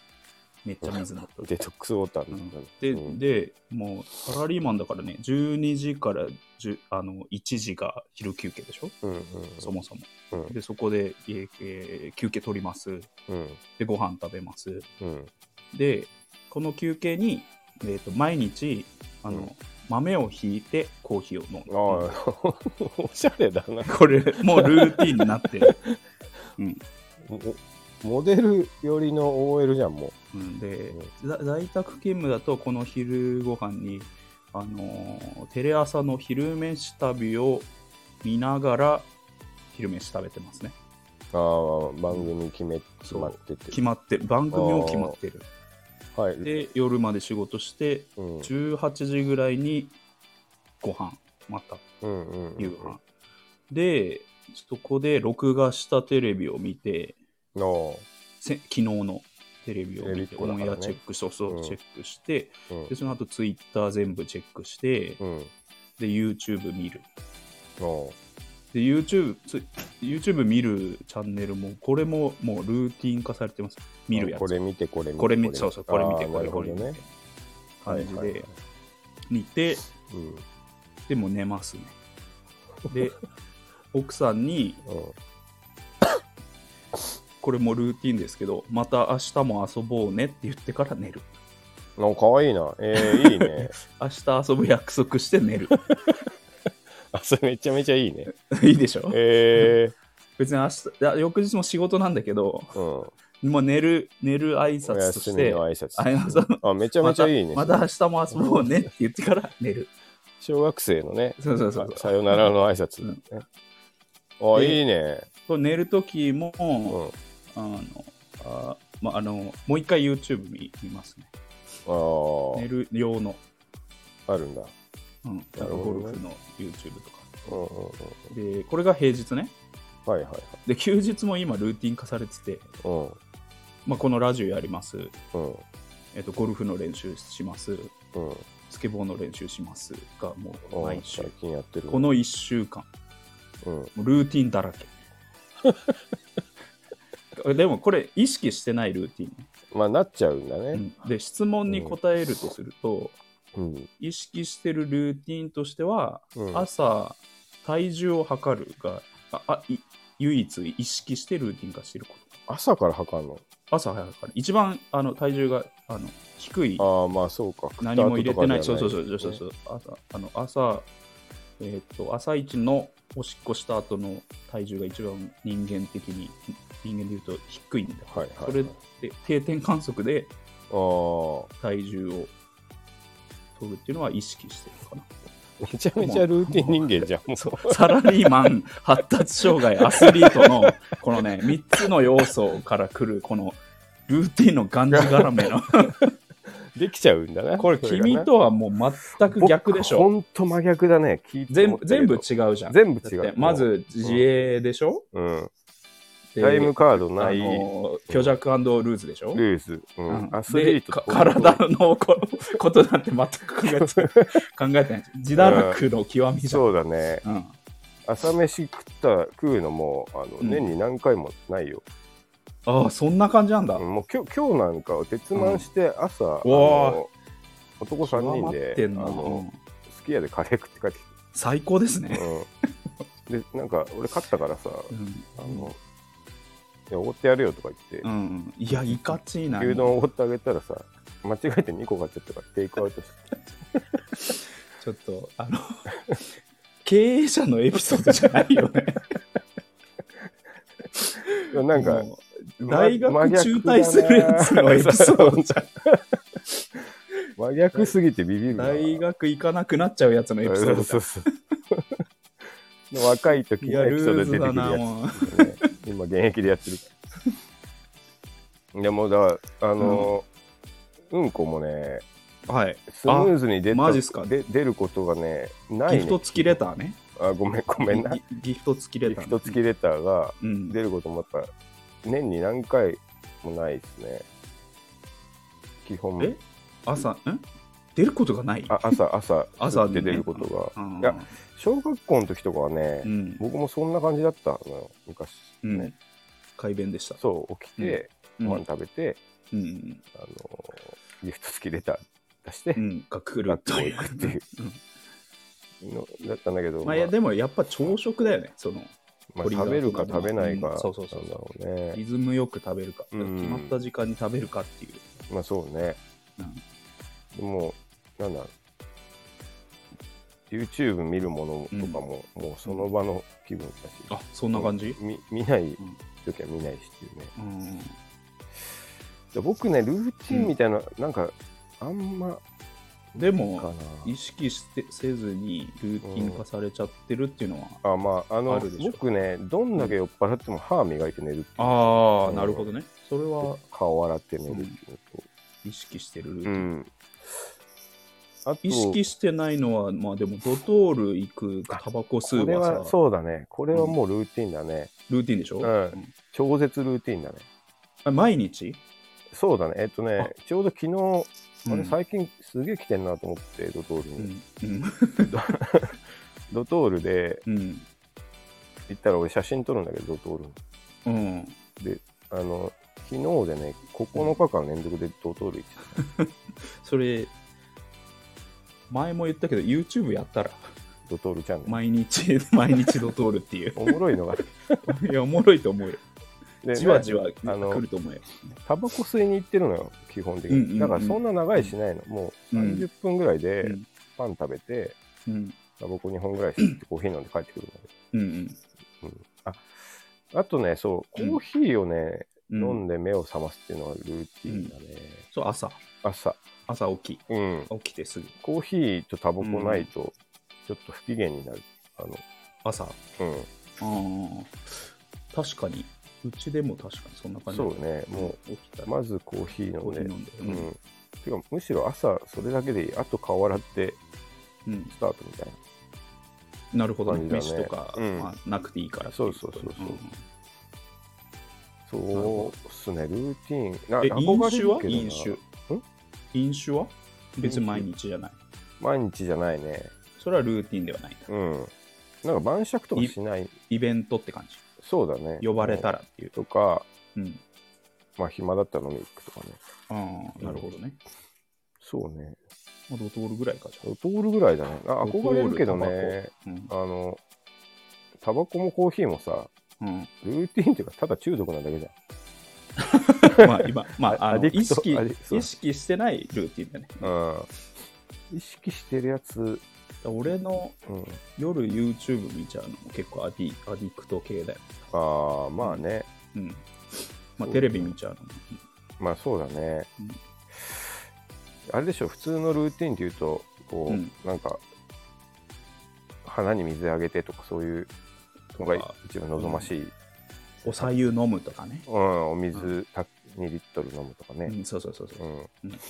Speaker 1: めっちゃ水飲んだ。
Speaker 2: デトックスウォーターみたいな。
Speaker 1: で、
Speaker 2: うん
Speaker 1: で、もう、サラリーマンだからね、12時から10あの1時が昼休憩でしょ、
Speaker 2: うんうん。
Speaker 1: そもそも。
Speaker 2: うん
Speaker 1: で、そこで、えーえー休憩取ります。
Speaker 2: うん
Speaker 1: で、ご飯食べます。
Speaker 2: うん。
Speaker 1: で、この休憩に、えー、と毎日あの、
Speaker 2: うん
Speaker 1: 豆をひいてコーヒーを飲
Speaker 2: ああ、
Speaker 1: む。
Speaker 2: おしゃれだな。
Speaker 1: これ、もうルーティンになってる。
Speaker 2: おモデル寄りの OL じゃん、も
Speaker 1: うんで、ざ在宅勤務だと、この昼ご飯に、あのーテレ朝の昼飯旅を見ながら、昼飯食べてますね。
Speaker 2: う。ああ、番組決め、決まって
Speaker 1: 決
Speaker 2: て。
Speaker 1: まってる。番組も決まってる。
Speaker 2: はい。
Speaker 1: で、夜まで仕事して、
Speaker 2: うん、
Speaker 1: 18時ぐらいにご飯、また
Speaker 2: うんうんうん
Speaker 1: 夕飯。で、そこで録画したテレビを見て、
Speaker 2: の、
Speaker 1: せ昨日のテレビを見て、
Speaker 2: テレビっ子
Speaker 1: オ
Speaker 2: だか
Speaker 1: ン
Speaker 2: ら
Speaker 1: エ
Speaker 2: ね
Speaker 1: アチェックそうそう
Speaker 2: うん
Speaker 1: チェックして、
Speaker 2: うん
Speaker 1: で、その後ツイッター全部チェックして、
Speaker 2: うん、
Speaker 1: で、YouTube 見る。
Speaker 2: の、
Speaker 1: で、YouTube、つ YouTube 見るチャンネルも、これももうルーティン化されてます。見るやつ。
Speaker 2: これ見て、これ見て。
Speaker 1: これ見て、そうそう、これ見て、
Speaker 2: あー
Speaker 1: これ、これ
Speaker 2: な
Speaker 1: 見
Speaker 2: る
Speaker 1: て。
Speaker 2: ほ
Speaker 1: 感
Speaker 2: どね。
Speaker 1: じ
Speaker 2: はいはい
Speaker 1: で
Speaker 2: は、
Speaker 1: 見て、
Speaker 2: いうん
Speaker 1: でも寝ますね。で、奥さんに、
Speaker 2: うん
Speaker 1: これもルーティンですけど、また明日も遊ぼうねって言ってから寝る。
Speaker 2: のかわいいな。えー、いいね。
Speaker 1: 明日遊ぶ約束して寝る。
Speaker 2: あ、それめちゃめちゃいいね。
Speaker 1: いいでしょ
Speaker 2: え
Speaker 1: 別に明日、いや翌日も仕事なんだけど、
Speaker 2: ー、うん。
Speaker 1: もう寝る、寝る 挨拶
Speaker 2: お
Speaker 1: と
Speaker 2: 休
Speaker 1: し
Speaker 2: み
Speaker 1: て、
Speaker 2: の挨拶。
Speaker 1: あやさん
Speaker 2: あ、めちゃめちゃいいね。
Speaker 1: またまた明日も遊ぼうねって言ってから寝る。
Speaker 2: 小学生のね、
Speaker 1: そうそうそう
Speaker 2: さよならの挨拶、
Speaker 1: う
Speaker 2: ね
Speaker 1: ん
Speaker 2: あ、
Speaker 1: で
Speaker 2: いいね。
Speaker 1: これ寝るときも、
Speaker 2: うん。
Speaker 1: あの、あまあ、あのもう一回 YouTube 見見ますね。
Speaker 2: あ
Speaker 1: 寝る用の、
Speaker 2: あ、あるんだ。
Speaker 1: うん、
Speaker 2: なる
Speaker 1: ゴ
Speaker 2: ほどね
Speaker 1: ルフの YouTube とか。
Speaker 2: うんうんうん。
Speaker 1: で、これが平日ね。
Speaker 2: はいはいはい。
Speaker 1: で、休日も今ルーティン化されてて、
Speaker 2: うん。
Speaker 1: まあ、このラジオやります、
Speaker 2: うん。
Speaker 1: えっと、ゴルフの練習します、
Speaker 2: うん。
Speaker 1: スケボーの練習しますがもう
Speaker 2: あ
Speaker 1: 毎週
Speaker 2: 最、近やってる。
Speaker 1: この1週間、
Speaker 2: うん。
Speaker 1: もうルーティンだらけ。 でもこれ、意識してないルーティンね、
Speaker 2: まあ、なっちゃうんだ
Speaker 1: う
Speaker 2: ね。
Speaker 1: んで、質問に答えるとすると、
Speaker 2: うん。
Speaker 1: 意識してるルーティンとしては、
Speaker 2: うん。
Speaker 1: 朝、体重を測るが、ああい唯一意識してルーティン化してること。
Speaker 2: 朝から測るの
Speaker 1: 朝早くから一番あの体重があの低い
Speaker 2: ああ、まあ、そうか。
Speaker 1: 何も入れてない
Speaker 2: 食
Speaker 1: そ
Speaker 2: っ
Speaker 1: う
Speaker 2: た
Speaker 1: そう
Speaker 2: 後と
Speaker 1: そう
Speaker 2: かじ
Speaker 1: そ
Speaker 2: ゃ
Speaker 1: うそうそう朝あの朝えーっと朝一のおしっこした後の体重が一番人間的に人間でいうと低いんだ、
Speaker 2: はいはいはい
Speaker 1: それで定点観測で
Speaker 2: あ
Speaker 1: 体重を取るっていうのは意識してるか な
Speaker 2: あ、めちゃめちゃルーティン人間じゃん。もう
Speaker 1: そうサラリーマン発達障害アスリートのこの ね3つの要素からくるこのルーティンのがんじがらめの
Speaker 2: できちゃうんだね。
Speaker 1: これ
Speaker 2: そが
Speaker 1: 君
Speaker 2: ね
Speaker 1: とはもう全く逆でし
Speaker 2: 僕
Speaker 1: ょ
Speaker 2: ほんと真逆だね。聞いて
Speaker 1: 全部
Speaker 2: 思ったけ
Speaker 1: 全部違
Speaker 2: ど
Speaker 1: うじゃん
Speaker 2: 全部
Speaker 1: だっ
Speaker 2: 違
Speaker 1: て
Speaker 2: う。
Speaker 1: ま、ず自衛でしょ、
Speaker 2: うん。
Speaker 1: で
Speaker 2: タイムカードな
Speaker 1: あ
Speaker 2: い。
Speaker 1: の虚弱ルーズでしょ、
Speaker 2: ルース、う
Speaker 1: うんん
Speaker 2: アスリ
Speaker 1: で
Speaker 2: ー
Speaker 1: か
Speaker 2: ト
Speaker 1: 体のこことなんて全く考えてない考えてない自堕落の極みじゃん、
Speaker 2: そうだね
Speaker 1: うん
Speaker 2: 朝飯食った食うのもあの、
Speaker 1: うん
Speaker 2: 年に何回もないよ、
Speaker 1: ああそんな感じなんだ、
Speaker 2: うんもう今日今日なんかは鉄満して朝、あの
Speaker 1: お
Speaker 2: 男3人
Speaker 1: 極まっ
Speaker 2: で
Speaker 1: て
Speaker 2: あ
Speaker 1: んなうん
Speaker 2: のすき家でカレー食って帰ってき
Speaker 1: 最高です
Speaker 2: て
Speaker 1: ね、、
Speaker 2: うん、でなんか俺勝ったからさ
Speaker 1: うん
Speaker 2: あのいやおごってやるよとか
Speaker 1: う
Speaker 2: 言って、
Speaker 1: ん、いやいかちいな
Speaker 2: 牛丼おごってあげたらさ間違えて2個買っちゃったからテイクアウトして
Speaker 1: ちょっとあの経営者のエピソードじゃないよね
Speaker 2: いやなんか
Speaker 1: もう大学中退するやつのエピソードじゃん
Speaker 2: 真逆すぎてビビるな
Speaker 1: 大学行かなくなっちゃうやつのエピソードじ
Speaker 2: そ
Speaker 1: ゃ
Speaker 2: うそうそう若い時
Speaker 1: んいや
Speaker 2: のエピ
Speaker 1: ル
Speaker 2: ソード
Speaker 1: ーズ
Speaker 2: で出てく
Speaker 1: だ
Speaker 2: る
Speaker 1: な
Speaker 2: や
Speaker 1: もう
Speaker 2: つだよね、今現役でやってるからでもだからあのーうん、こもね
Speaker 1: はい。
Speaker 2: スムーズに出た
Speaker 1: マジっすか
Speaker 2: で出ることがねない
Speaker 1: ギ
Speaker 2: ね
Speaker 1: フト付きレターね。
Speaker 2: あごめんごめんな
Speaker 1: ギギフト付きレ
Speaker 2: ギ
Speaker 1: ター、ね。
Speaker 2: フト付きレターが
Speaker 1: うん。
Speaker 2: 出ることもやっぱ年に何回もないですね基本
Speaker 1: え朝、ん出ることがない
Speaker 2: あ朝朝
Speaker 1: 朝
Speaker 2: で出ることが、
Speaker 1: うん
Speaker 2: いや小学校の時とかはね、
Speaker 1: うん。
Speaker 2: 僕もそんな感じだったのよ昔、
Speaker 1: うん
Speaker 2: ね
Speaker 1: 改便でした。
Speaker 2: そう起きて、
Speaker 1: うん
Speaker 2: ご飯食べて、
Speaker 1: うん。
Speaker 2: あのーギフト付きレター出して
Speaker 1: う、ん。が来る
Speaker 2: 学校行くっ ていうのだったんだけど、
Speaker 1: まあ、いや、でもやっぱ朝食だよね。その、
Speaker 2: まあ
Speaker 1: 鳥が
Speaker 2: 食べるか食べないか、
Speaker 1: うんそうそうそう
Speaker 2: なんだろうね
Speaker 1: リズムよく食べるか。
Speaker 2: う
Speaker 1: 決
Speaker 2: ん
Speaker 1: まった時間に食べるかっていう。
Speaker 2: まあそうね
Speaker 1: うん
Speaker 2: でもなんだろ YouTube 見るものとかも、もうその場の気分だし、
Speaker 1: あそんな感じ、
Speaker 2: み見ない時は見ないしっていうね。
Speaker 1: うん、
Speaker 2: で僕ね、ルーティンみたいな、なんか、あんま
Speaker 1: で
Speaker 2: か
Speaker 1: も
Speaker 2: な
Speaker 1: 意。識してせずにルーティン化されちゃってるっていうのは、
Speaker 2: あまあ、あの
Speaker 1: あるでしょ
Speaker 2: 僕ね、どんだけ酔っ払っても歯磨いて寝るっていう
Speaker 1: ああなるほどねそれは
Speaker 2: 顔洗って寝るっていうのと、
Speaker 1: 意識してるルーテ
Speaker 2: う
Speaker 1: ィン、
Speaker 2: ん。あと
Speaker 1: 意識してないのはまあでもドトール行くタバコ吸
Speaker 2: こ
Speaker 1: う
Speaker 2: れ
Speaker 1: は
Speaker 2: は
Speaker 1: さ
Speaker 2: そうだね。これはもうルーティンだね。
Speaker 1: ルーティンでしょ、
Speaker 2: うん超絶ルーティンだね。
Speaker 1: あ毎日
Speaker 2: そうだね。えっとね、ちょうど昨日、あれ
Speaker 1: うん
Speaker 2: 最近すげえ来てんなと思って、ドトールに。
Speaker 1: うんうん
Speaker 2: ドトールで
Speaker 1: うん
Speaker 2: 行ったら俺写真撮るんだけど、ドトールの
Speaker 1: うん
Speaker 2: あの、昨日でね、9日間連続でドトール行ってた。
Speaker 1: それ前も言ったけど YouTube やったら
Speaker 2: ドトールチャンネル。
Speaker 1: 毎日 毎日ドトールって いう
Speaker 2: おもろい のが。
Speaker 1: いやおもろいと思うよ
Speaker 2: で
Speaker 1: じわじわ
Speaker 2: あの
Speaker 1: 来ると思うよ
Speaker 2: タバコ吸いに行ってるのよ、基本的
Speaker 1: うんうんう
Speaker 2: に。
Speaker 1: ん
Speaker 2: だからそんな長いしないの。もう
Speaker 1: うん
Speaker 2: 30分ぐらいうで
Speaker 1: ん
Speaker 2: パン食べて、
Speaker 1: うん
Speaker 2: タバコ2本ぐらい吸ってコーヒー飲んで帰ってくるのよ。
Speaker 1: うん
Speaker 2: うんああとね、そう、コ
Speaker 1: うん
Speaker 2: ーヒーをね、
Speaker 1: うんう
Speaker 2: 飲
Speaker 1: ん
Speaker 2: んで目を覚ますっていうのがルーティンだね。
Speaker 1: そう朝
Speaker 2: 朝。
Speaker 1: 朝起き
Speaker 2: うん。
Speaker 1: 起きてすぐ
Speaker 2: コーヒーとタバコないと、ちょっと不機嫌になる。あの、
Speaker 1: 朝
Speaker 2: うん。
Speaker 1: あー確かにうちでも確かにそんな感じ
Speaker 2: そうね、も
Speaker 1: もう起きた
Speaker 2: う、まずコーヒー
Speaker 1: コー
Speaker 2: 飲
Speaker 1: ヒー
Speaker 2: んで
Speaker 1: 飲。んで
Speaker 2: うん。てか、むしろ朝、それだけでいい。あと顔洗って、
Speaker 1: うんうん
Speaker 2: スタートみたい
Speaker 1: なるほどね
Speaker 2: 感じ
Speaker 1: 飯
Speaker 2: だね
Speaker 1: とか
Speaker 2: うん
Speaker 1: まあなくていいからっていこと
Speaker 2: そうそうそうそうん
Speaker 1: る
Speaker 2: な。そ
Speaker 1: ほ
Speaker 2: うっすね、ルーティン。な
Speaker 1: え飲酒は
Speaker 2: 憧れるけどな
Speaker 1: 飲酒飲酒は別に毎日じゃない
Speaker 2: 毎日じゃないね。
Speaker 1: それはルーティンではないんだ
Speaker 2: うん。なんか晩酌とかしない。
Speaker 1: イベントって感じ
Speaker 2: そうだね。
Speaker 1: 呼ばれたらっていう
Speaker 2: とか、
Speaker 1: うん
Speaker 2: まあ暇だったら飲みに行くとかね。
Speaker 1: ああなるほどね
Speaker 2: そうね。
Speaker 1: まあドトールぐらいかじゃ
Speaker 2: ドトールぐらいだね。
Speaker 1: ド
Speaker 2: あ
Speaker 1: トール
Speaker 2: 憧れるけどね、
Speaker 1: あうん
Speaker 2: あの、タバコもコーヒーもさ、
Speaker 1: うん
Speaker 2: ルーティーンっていうか、ただ中毒なだけじゃん。
Speaker 1: まあ今、まあ、あ
Speaker 2: ア
Speaker 1: の
Speaker 2: ディクト
Speaker 1: 意識
Speaker 2: アディクト
Speaker 1: 意識してないルーティンだね。
Speaker 2: うん。意識してるやつ、うん。
Speaker 1: 俺の夜 YouTube 見ちゃうのも結構アディアディクト系だよ。
Speaker 2: ああ、まあね。
Speaker 1: うん。ま
Speaker 2: そ
Speaker 1: あ、
Speaker 2: う
Speaker 1: テレビ見ちゃうのも。
Speaker 2: まあそうだね。
Speaker 1: うん
Speaker 2: あれでしょ、普通のルーティーンっていうと、こう、
Speaker 1: うん
Speaker 2: なんか、花に水あげてとか、そういうのが一番望ましい。
Speaker 1: お茶湯飲むとかね。
Speaker 2: うん、お水た2リットル飲むとかね。
Speaker 1: うん、そうそうそうそうう。
Speaker 2: ん
Speaker 1: うん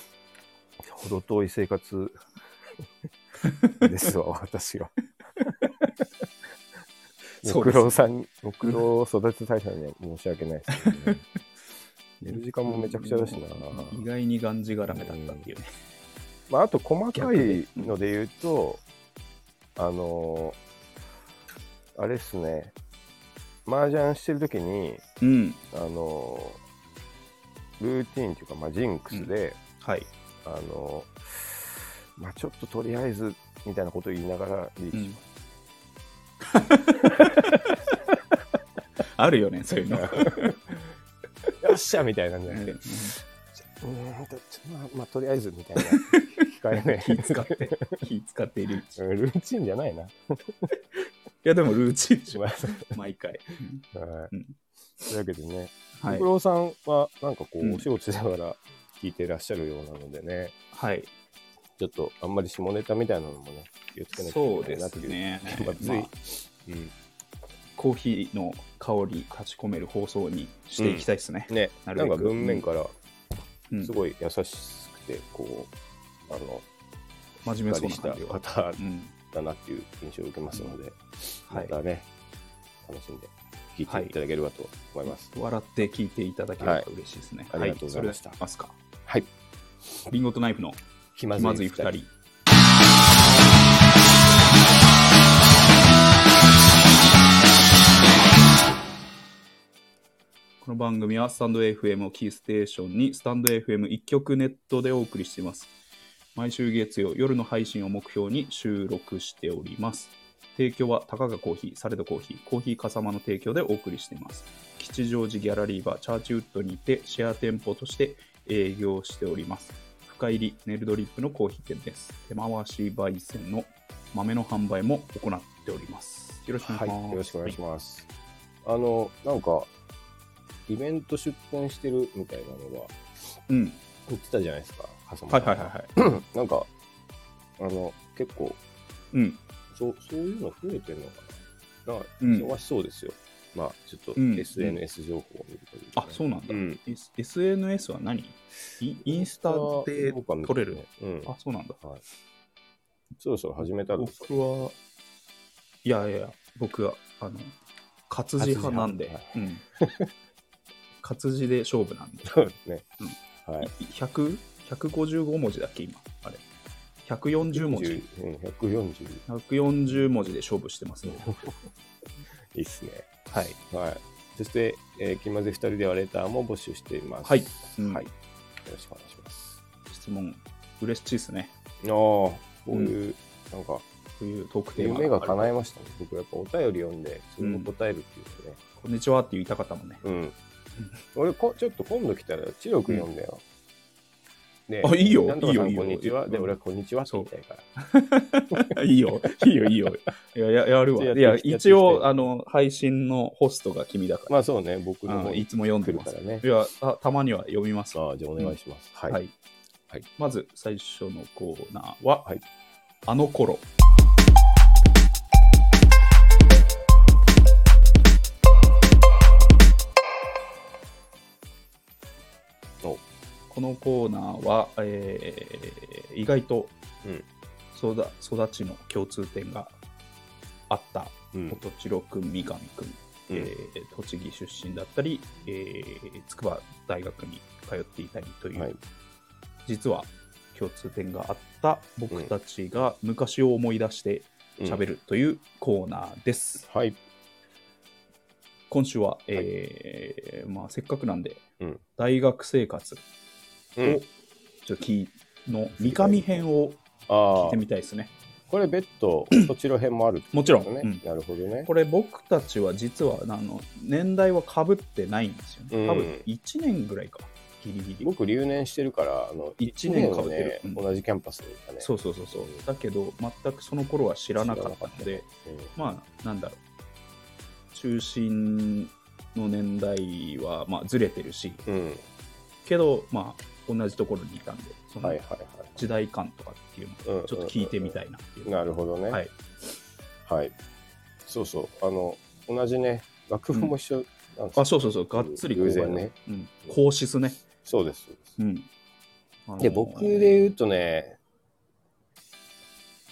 Speaker 2: ほど遠い生活ですわ、 私は。
Speaker 1: そ
Speaker 2: ご
Speaker 1: うで
Speaker 2: 苦
Speaker 1: すね
Speaker 2: 労さん、ご苦労を育てたいさんには申し訳ないですけ どね。寝る時間もめちゃくちゃだしな。
Speaker 1: 意外にがんじがらめだったっていうね。
Speaker 2: まあ、あと、細か
Speaker 1: 逆で
Speaker 2: いので言うと、あのーあれですね、麻雀してる時に、
Speaker 1: うん。
Speaker 2: あのールーティーンというか、まあ、ジンクスで、
Speaker 1: はい。
Speaker 2: あの、まあちょっととりあえずみたいなことを言いながらリー
Speaker 1: うん
Speaker 2: チし ます。。
Speaker 1: あるよね、そういうの。
Speaker 2: よっしゃみたいなんじゃなくて、
Speaker 1: うん
Speaker 2: うーんと、ちょまあ、まあ、とりあえずみ たいな。控えめ。
Speaker 1: 気使って、気使っている。い
Speaker 2: うんルーチンじゃないな。
Speaker 1: や、でもルーチンでし
Speaker 2: し
Speaker 1: ょ
Speaker 2: ました。
Speaker 1: 毎回。うん
Speaker 2: はい
Speaker 1: うん
Speaker 2: というわけでね、
Speaker 1: は
Speaker 2: 小
Speaker 1: い
Speaker 2: 九。郎さんはなんかこ
Speaker 1: うん
Speaker 2: う、お仕事しながら聞いてらっしゃるようなのでね、
Speaker 1: はい。
Speaker 2: ちょっとあんまり下ネタみたいなのもね、気をつけなきゃい
Speaker 1: そう
Speaker 2: け
Speaker 1: で
Speaker 2: ないなっ
Speaker 1: す
Speaker 2: ていう。
Speaker 1: ね。
Speaker 2: まあつい
Speaker 1: まあ
Speaker 2: うん
Speaker 1: コーヒーの香り立ち込める放送にしていきたいですね。
Speaker 2: ね、
Speaker 1: な
Speaker 2: な
Speaker 1: るべく
Speaker 2: んか文面から
Speaker 1: うん
Speaker 2: すごい優しくて、こう、あの、
Speaker 1: 真面
Speaker 2: し
Speaker 1: 目そ
Speaker 2: っかり
Speaker 1: うな
Speaker 2: した
Speaker 1: 感じは。
Speaker 2: 方
Speaker 1: うん、
Speaker 2: だなっていう印象を受けますので、
Speaker 1: は
Speaker 2: ま
Speaker 1: い、
Speaker 2: たね、楽しんで聞いていただければと思います。
Speaker 1: 笑って聞いていただければ嬉しいですね。
Speaker 2: はいありがとうございました
Speaker 1: それでいきますか。
Speaker 2: はい。
Speaker 1: リンゴとナイフの
Speaker 2: 気ま
Speaker 1: 気まずい二人。。この番組はスタンド FM をキーステーションにスタンド FM 一曲ネットでお送りしています。毎週月曜夜の配信を目標に収録しております。提供はたかがコーヒー、サレドコーヒー、コーヒーかさまの提供でお送りしています。吉祥寺ギャラリーバーチャーチウッドにてシェア店舗として営業しております。深入りネルドリップのコーヒー店です。手回し焙煎の豆の販売も行っております。よろしくお願い
Speaker 2: は
Speaker 1: し
Speaker 2: い、
Speaker 1: ます。
Speaker 2: よろしくお願いします。あの、なんか、イベント出店してるみたいなのは
Speaker 1: うん。
Speaker 2: 言ってたじゃないですか、笠間
Speaker 1: は
Speaker 2: さ
Speaker 1: い
Speaker 2: ん
Speaker 1: はいはいはい。
Speaker 2: なんか、あの、結構、
Speaker 1: うん。
Speaker 2: そうそういうの増えてるのかななんか、
Speaker 1: うん
Speaker 2: 忙しそうですよ。まあ、ちょっと
Speaker 1: うん
Speaker 2: SNS 情報を見るという、
Speaker 1: あ、そうなんだ。
Speaker 2: うん。
Speaker 1: S- SNS は何イインスタで撮れる。
Speaker 2: うん。
Speaker 1: あ、そうなんだ。
Speaker 2: はい。そろそろ始めたら、
Speaker 1: 僕は、いやいや、僕は、あの、活字派なんで
Speaker 2: 活、
Speaker 1: うん。活字で勝負なんで。
Speaker 2: そうですね。はい。
Speaker 1: 100 155文字だっけ、今。あれ。140文字。
Speaker 2: うん140。
Speaker 1: 140文字で勝負してますね。
Speaker 2: いいっすね。
Speaker 1: はい。
Speaker 2: はい。そして、えー、気まぜ2人ではレターも募集しています。
Speaker 1: はいうん
Speaker 2: はい。よろしくお願いします。
Speaker 1: 質問、嬉しいですね。
Speaker 2: ああ、こういう、なんか、
Speaker 1: というトークテーマ。
Speaker 2: 夢が叶え
Speaker 1: え
Speaker 2: ましたね。僕、やっぱお便り読んで、それも答えるっていうのね。
Speaker 1: こんにちはって言いたかったもん ね。
Speaker 2: うん。俺こ、ちょっと今度来たら、知力読んだよ。ね
Speaker 1: あいいよ
Speaker 2: なんとかさん
Speaker 1: いいよ
Speaker 2: こんにち
Speaker 1: いい
Speaker 2: は。
Speaker 1: よ
Speaker 2: で、俺はこんにちはって
Speaker 1: そう
Speaker 2: 言いたいから。
Speaker 1: いいよ、いいよ、いいよ。いや、ややるわ。
Speaker 2: やっ
Speaker 1: い
Speaker 2: てや
Speaker 1: や
Speaker 2: っ、て
Speaker 1: 一応、あの、配信のホストが君だから。
Speaker 2: まあそうね、僕の
Speaker 1: あ
Speaker 2: 方
Speaker 1: のい
Speaker 2: に
Speaker 1: つも読ん
Speaker 2: 来
Speaker 1: で
Speaker 2: る
Speaker 1: ま
Speaker 2: か
Speaker 1: す。
Speaker 2: らね
Speaker 1: い。やた、たまには読みます。
Speaker 2: さあ、じゃあお願いします。はい。
Speaker 1: はい
Speaker 2: はい
Speaker 1: まず最初のコーナーは、
Speaker 2: はい
Speaker 1: あの頃
Speaker 2: お
Speaker 1: このコーナーは、えー意外と
Speaker 2: うん
Speaker 1: 育育ちの共通点があった
Speaker 2: うん。
Speaker 1: 元千代君三上君、
Speaker 2: うん
Speaker 1: えー栃木出身だったり、えー筑波大学に通っていたりという、
Speaker 2: はい。
Speaker 1: 実は共通点があった僕たちが昔を思い出して喋るというコーナーです。
Speaker 2: はい。
Speaker 1: 今週は、えーまあ、せっかくなんで、
Speaker 2: うん
Speaker 1: 大学生活を
Speaker 2: う
Speaker 1: ち
Speaker 2: ん
Speaker 1: ょっと聞いの三上編を聞
Speaker 2: あ
Speaker 1: い
Speaker 2: あ
Speaker 1: て、みたいですね。
Speaker 2: これ別途、そちら辺もあるって
Speaker 1: もちろん、
Speaker 2: ことね。
Speaker 1: うん
Speaker 2: なるほどね。
Speaker 1: これ僕たちは実はあの年代はかぶってないんですよね。
Speaker 2: うん
Speaker 1: 多分1年ぐらいか、ギリギリ。
Speaker 2: 僕、留年してるから、あの、
Speaker 1: 一
Speaker 2: 一
Speaker 1: 年
Speaker 2: 年
Speaker 1: か
Speaker 2: を
Speaker 1: ぶってる
Speaker 2: ね、
Speaker 1: うん
Speaker 2: 同じキャンパスにいたね。。
Speaker 1: そううそうそうそう。だけど、全くその頃は知らなかったので、
Speaker 2: ん、
Speaker 1: まあ、なんだろう。中心の年代は、まあ、ずれてるし、
Speaker 2: うん
Speaker 1: けど、まあ、同じところにいたんで、そ
Speaker 2: はいは
Speaker 1: の
Speaker 2: いはい。
Speaker 1: 時代感とかっていうの
Speaker 2: う
Speaker 1: を
Speaker 2: ん
Speaker 1: ちょっと聞いてみたいなっていう。
Speaker 2: なるほどね。
Speaker 1: はい。
Speaker 2: はい。そうそう。あの、同じね、楽譜も一緒なんですよ
Speaker 1: あ、そうそうそう、がっつり
Speaker 2: 偶然ね。
Speaker 1: うん。皇室ね。
Speaker 2: そうです。そうです
Speaker 1: うん。あの
Speaker 2: で、僕で言うとね、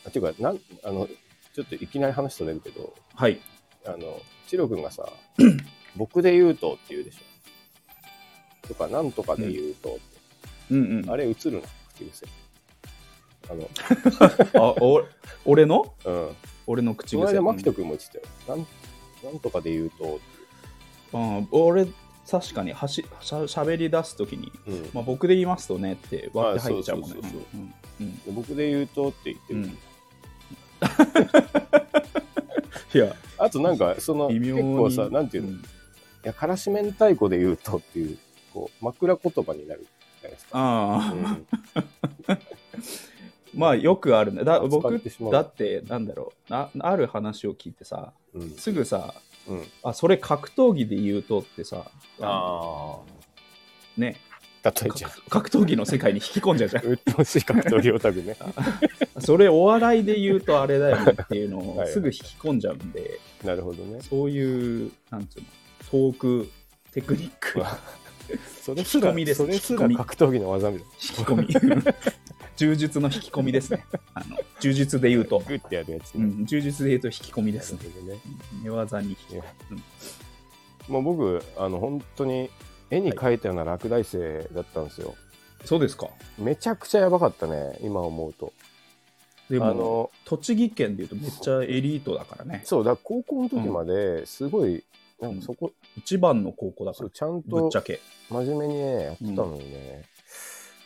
Speaker 2: あていうか、なん、あの、ちょっといきなり話とれるけど、
Speaker 1: はい。
Speaker 2: あの、チロ君 がさ、僕で言うとって言うでしょ。とか、なんとかで言うとって、
Speaker 1: うんうん。
Speaker 2: あれ映るな、口癖。あの、
Speaker 1: あお俺の
Speaker 2: うん。
Speaker 1: 俺の口
Speaker 2: そ
Speaker 1: 癖。
Speaker 2: の間、牧人君も言ってたよ。なん、なんとかで言うと、
Speaker 1: うん、俺、確かにはししゃしゃべり出すときに、
Speaker 2: うん。
Speaker 1: まあ、僕で言いますとねって割って入っちゃうもんね
Speaker 2: あそうそうそう。
Speaker 1: うんうん
Speaker 2: で僕で言うとって言ってる。
Speaker 1: うんいや、
Speaker 2: あとなんか、その、
Speaker 1: 微
Speaker 2: 結
Speaker 1: 妙に。
Speaker 2: 構さ、なんていうの、
Speaker 1: ん
Speaker 2: いや、からし明太子で言うとっていう、こう、枕言葉になるじゃないですか。
Speaker 1: ああ、
Speaker 2: うん
Speaker 1: まあよくあるね。だ
Speaker 2: 扱
Speaker 1: 僕
Speaker 2: ってしまう
Speaker 1: だってなんだろうあ、ある話を聞いてさ、
Speaker 2: うん。
Speaker 1: すぐさ、
Speaker 2: うん。
Speaker 1: あそれ格闘技で言うとってさ、
Speaker 2: あ
Speaker 1: ね、
Speaker 2: あ。例えちゃ
Speaker 1: 格格闘技の世界に引き込んじゃうじゃ
Speaker 2: う。うっとうしい格闘技オタ クね。
Speaker 1: ん。それお笑いで言うとあれだよねっていうの
Speaker 2: は
Speaker 1: を
Speaker 2: いはい
Speaker 1: すぐ引き込んじゃうんで、
Speaker 2: なるほどね。
Speaker 1: そういう、なんつうの、トーク、テクニック
Speaker 2: う、わそれ
Speaker 1: 引き込みです
Speaker 2: それす
Speaker 1: 引
Speaker 2: ら
Speaker 1: き込み
Speaker 2: 格闘技の技みたい
Speaker 1: 引き込み。 充実の引き込みですね。あの充実で言うと
Speaker 2: な。。グッてやるやつ
Speaker 1: う
Speaker 2: ね。
Speaker 1: ん、充実で言うと引き込みで
Speaker 2: なる
Speaker 1: すね。
Speaker 2: ほどね。
Speaker 1: 寝技に引き込
Speaker 2: いや
Speaker 1: む。
Speaker 2: もう僕、あの、本当に、絵に描いたような落第生だったんですよ。
Speaker 1: そうですか。
Speaker 2: めちゃくちゃやばかったね、今思うと。
Speaker 1: でも、
Speaker 2: あの、
Speaker 1: 栃木県でいうとめっちゃエリートだからね。
Speaker 2: そう、だから高校の時まですごい、なんかそこ、
Speaker 1: 一番の高校だか
Speaker 2: そう
Speaker 1: ら、
Speaker 2: ちゃん
Speaker 1: ぶっ
Speaker 2: と
Speaker 1: ちゃけ。
Speaker 2: 真面目にね、やってたのにね、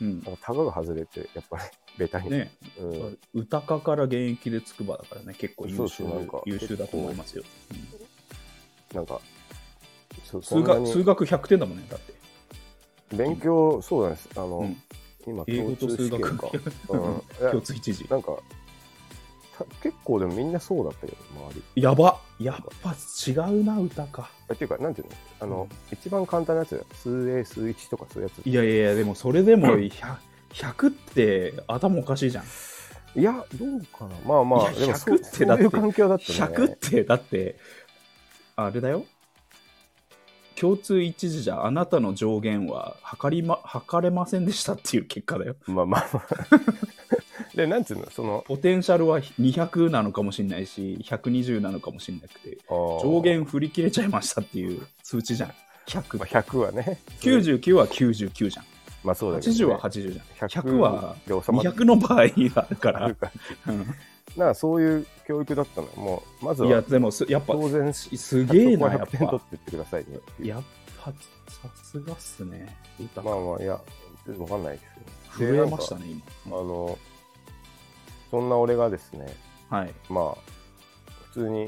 Speaker 1: うん。
Speaker 2: なんかタガが外れて、やっぱり、 ベタに。
Speaker 1: ね、
Speaker 2: うん
Speaker 1: 歌家から現役で筑波だからね、結構優秀
Speaker 2: そうそうなんか
Speaker 1: 優秀だと思いますよ。うん
Speaker 2: なんか、そうそ
Speaker 1: 数
Speaker 2: んな
Speaker 1: 学
Speaker 2: に
Speaker 1: 数学100点だもんね、だって。
Speaker 2: 勉強、そうなんです。あの、
Speaker 1: うん
Speaker 2: 今、
Speaker 1: 英語
Speaker 2: 共
Speaker 1: と
Speaker 2: 通
Speaker 1: 数
Speaker 2: 試験
Speaker 1: 学
Speaker 2: か。
Speaker 1: 共
Speaker 2: うん、いや
Speaker 1: 通一時。
Speaker 2: なんか、結構でもみんなそうだったけど、周り。
Speaker 1: やばやっぱ違うな、歌か。
Speaker 2: えっていうか、なんていうのあの、
Speaker 1: うん
Speaker 2: 一番簡単なやつだよ。数 A、数1とかそういうやつ。
Speaker 1: いやいやいや、でもそれでも 100, 100って頭おかしいじゃん。
Speaker 2: いや、どうかな。まあまあ、
Speaker 1: いや
Speaker 2: でもそ
Speaker 1: 100
Speaker 2: う
Speaker 1: って
Speaker 2: そ
Speaker 1: だっ
Speaker 2: う
Speaker 1: て
Speaker 2: いう環境だったね。
Speaker 1: 100って、だって、あれだよ。共通一時じゃあなたの上限は測り、ま、測れませんでしたっていう結果だよ。
Speaker 2: まあまあ まあ。で、なんていうのその、
Speaker 1: ポテンシャルは200なのかもしれないし、120なのかもしれなくて、上
Speaker 2: 上
Speaker 1: 限振り切れちゃいましたっていう数値じゃん。100
Speaker 2: まあ、。100はね。
Speaker 1: 99は99じゃん。
Speaker 2: まあそうだけど、ね。
Speaker 1: 80は80じゃん。100は
Speaker 2: で収まって
Speaker 1: 200の場合があるか
Speaker 2: あ
Speaker 1: ら。
Speaker 2: るから。
Speaker 1: うん
Speaker 2: だからそういう教育だったのよ。もう、まず
Speaker 1: いや、
Speaker 2: は
Speaker 1: でもす、やっぱ、
Speaker 2: 当然、
Speaker 1: すすげえな、やっ
Speaker 2: 100点取
Speaker 1: ぱ
Speaker 2: っ。てってくださいねっていう。
Speaker 1: やっぱ、さすがっすね。歌
Speaker 2: まあまあ、いや、わかんないですよ。
Speaker 1: 震えました
Speaker 2: ね。
Speaker 1: ね、
Speaker 2: あ
Speaker 1: 今。
Speaker 2: の、そんな俺がですね、
Speaker 1: はい。
Speaker 2: まあ、普通に、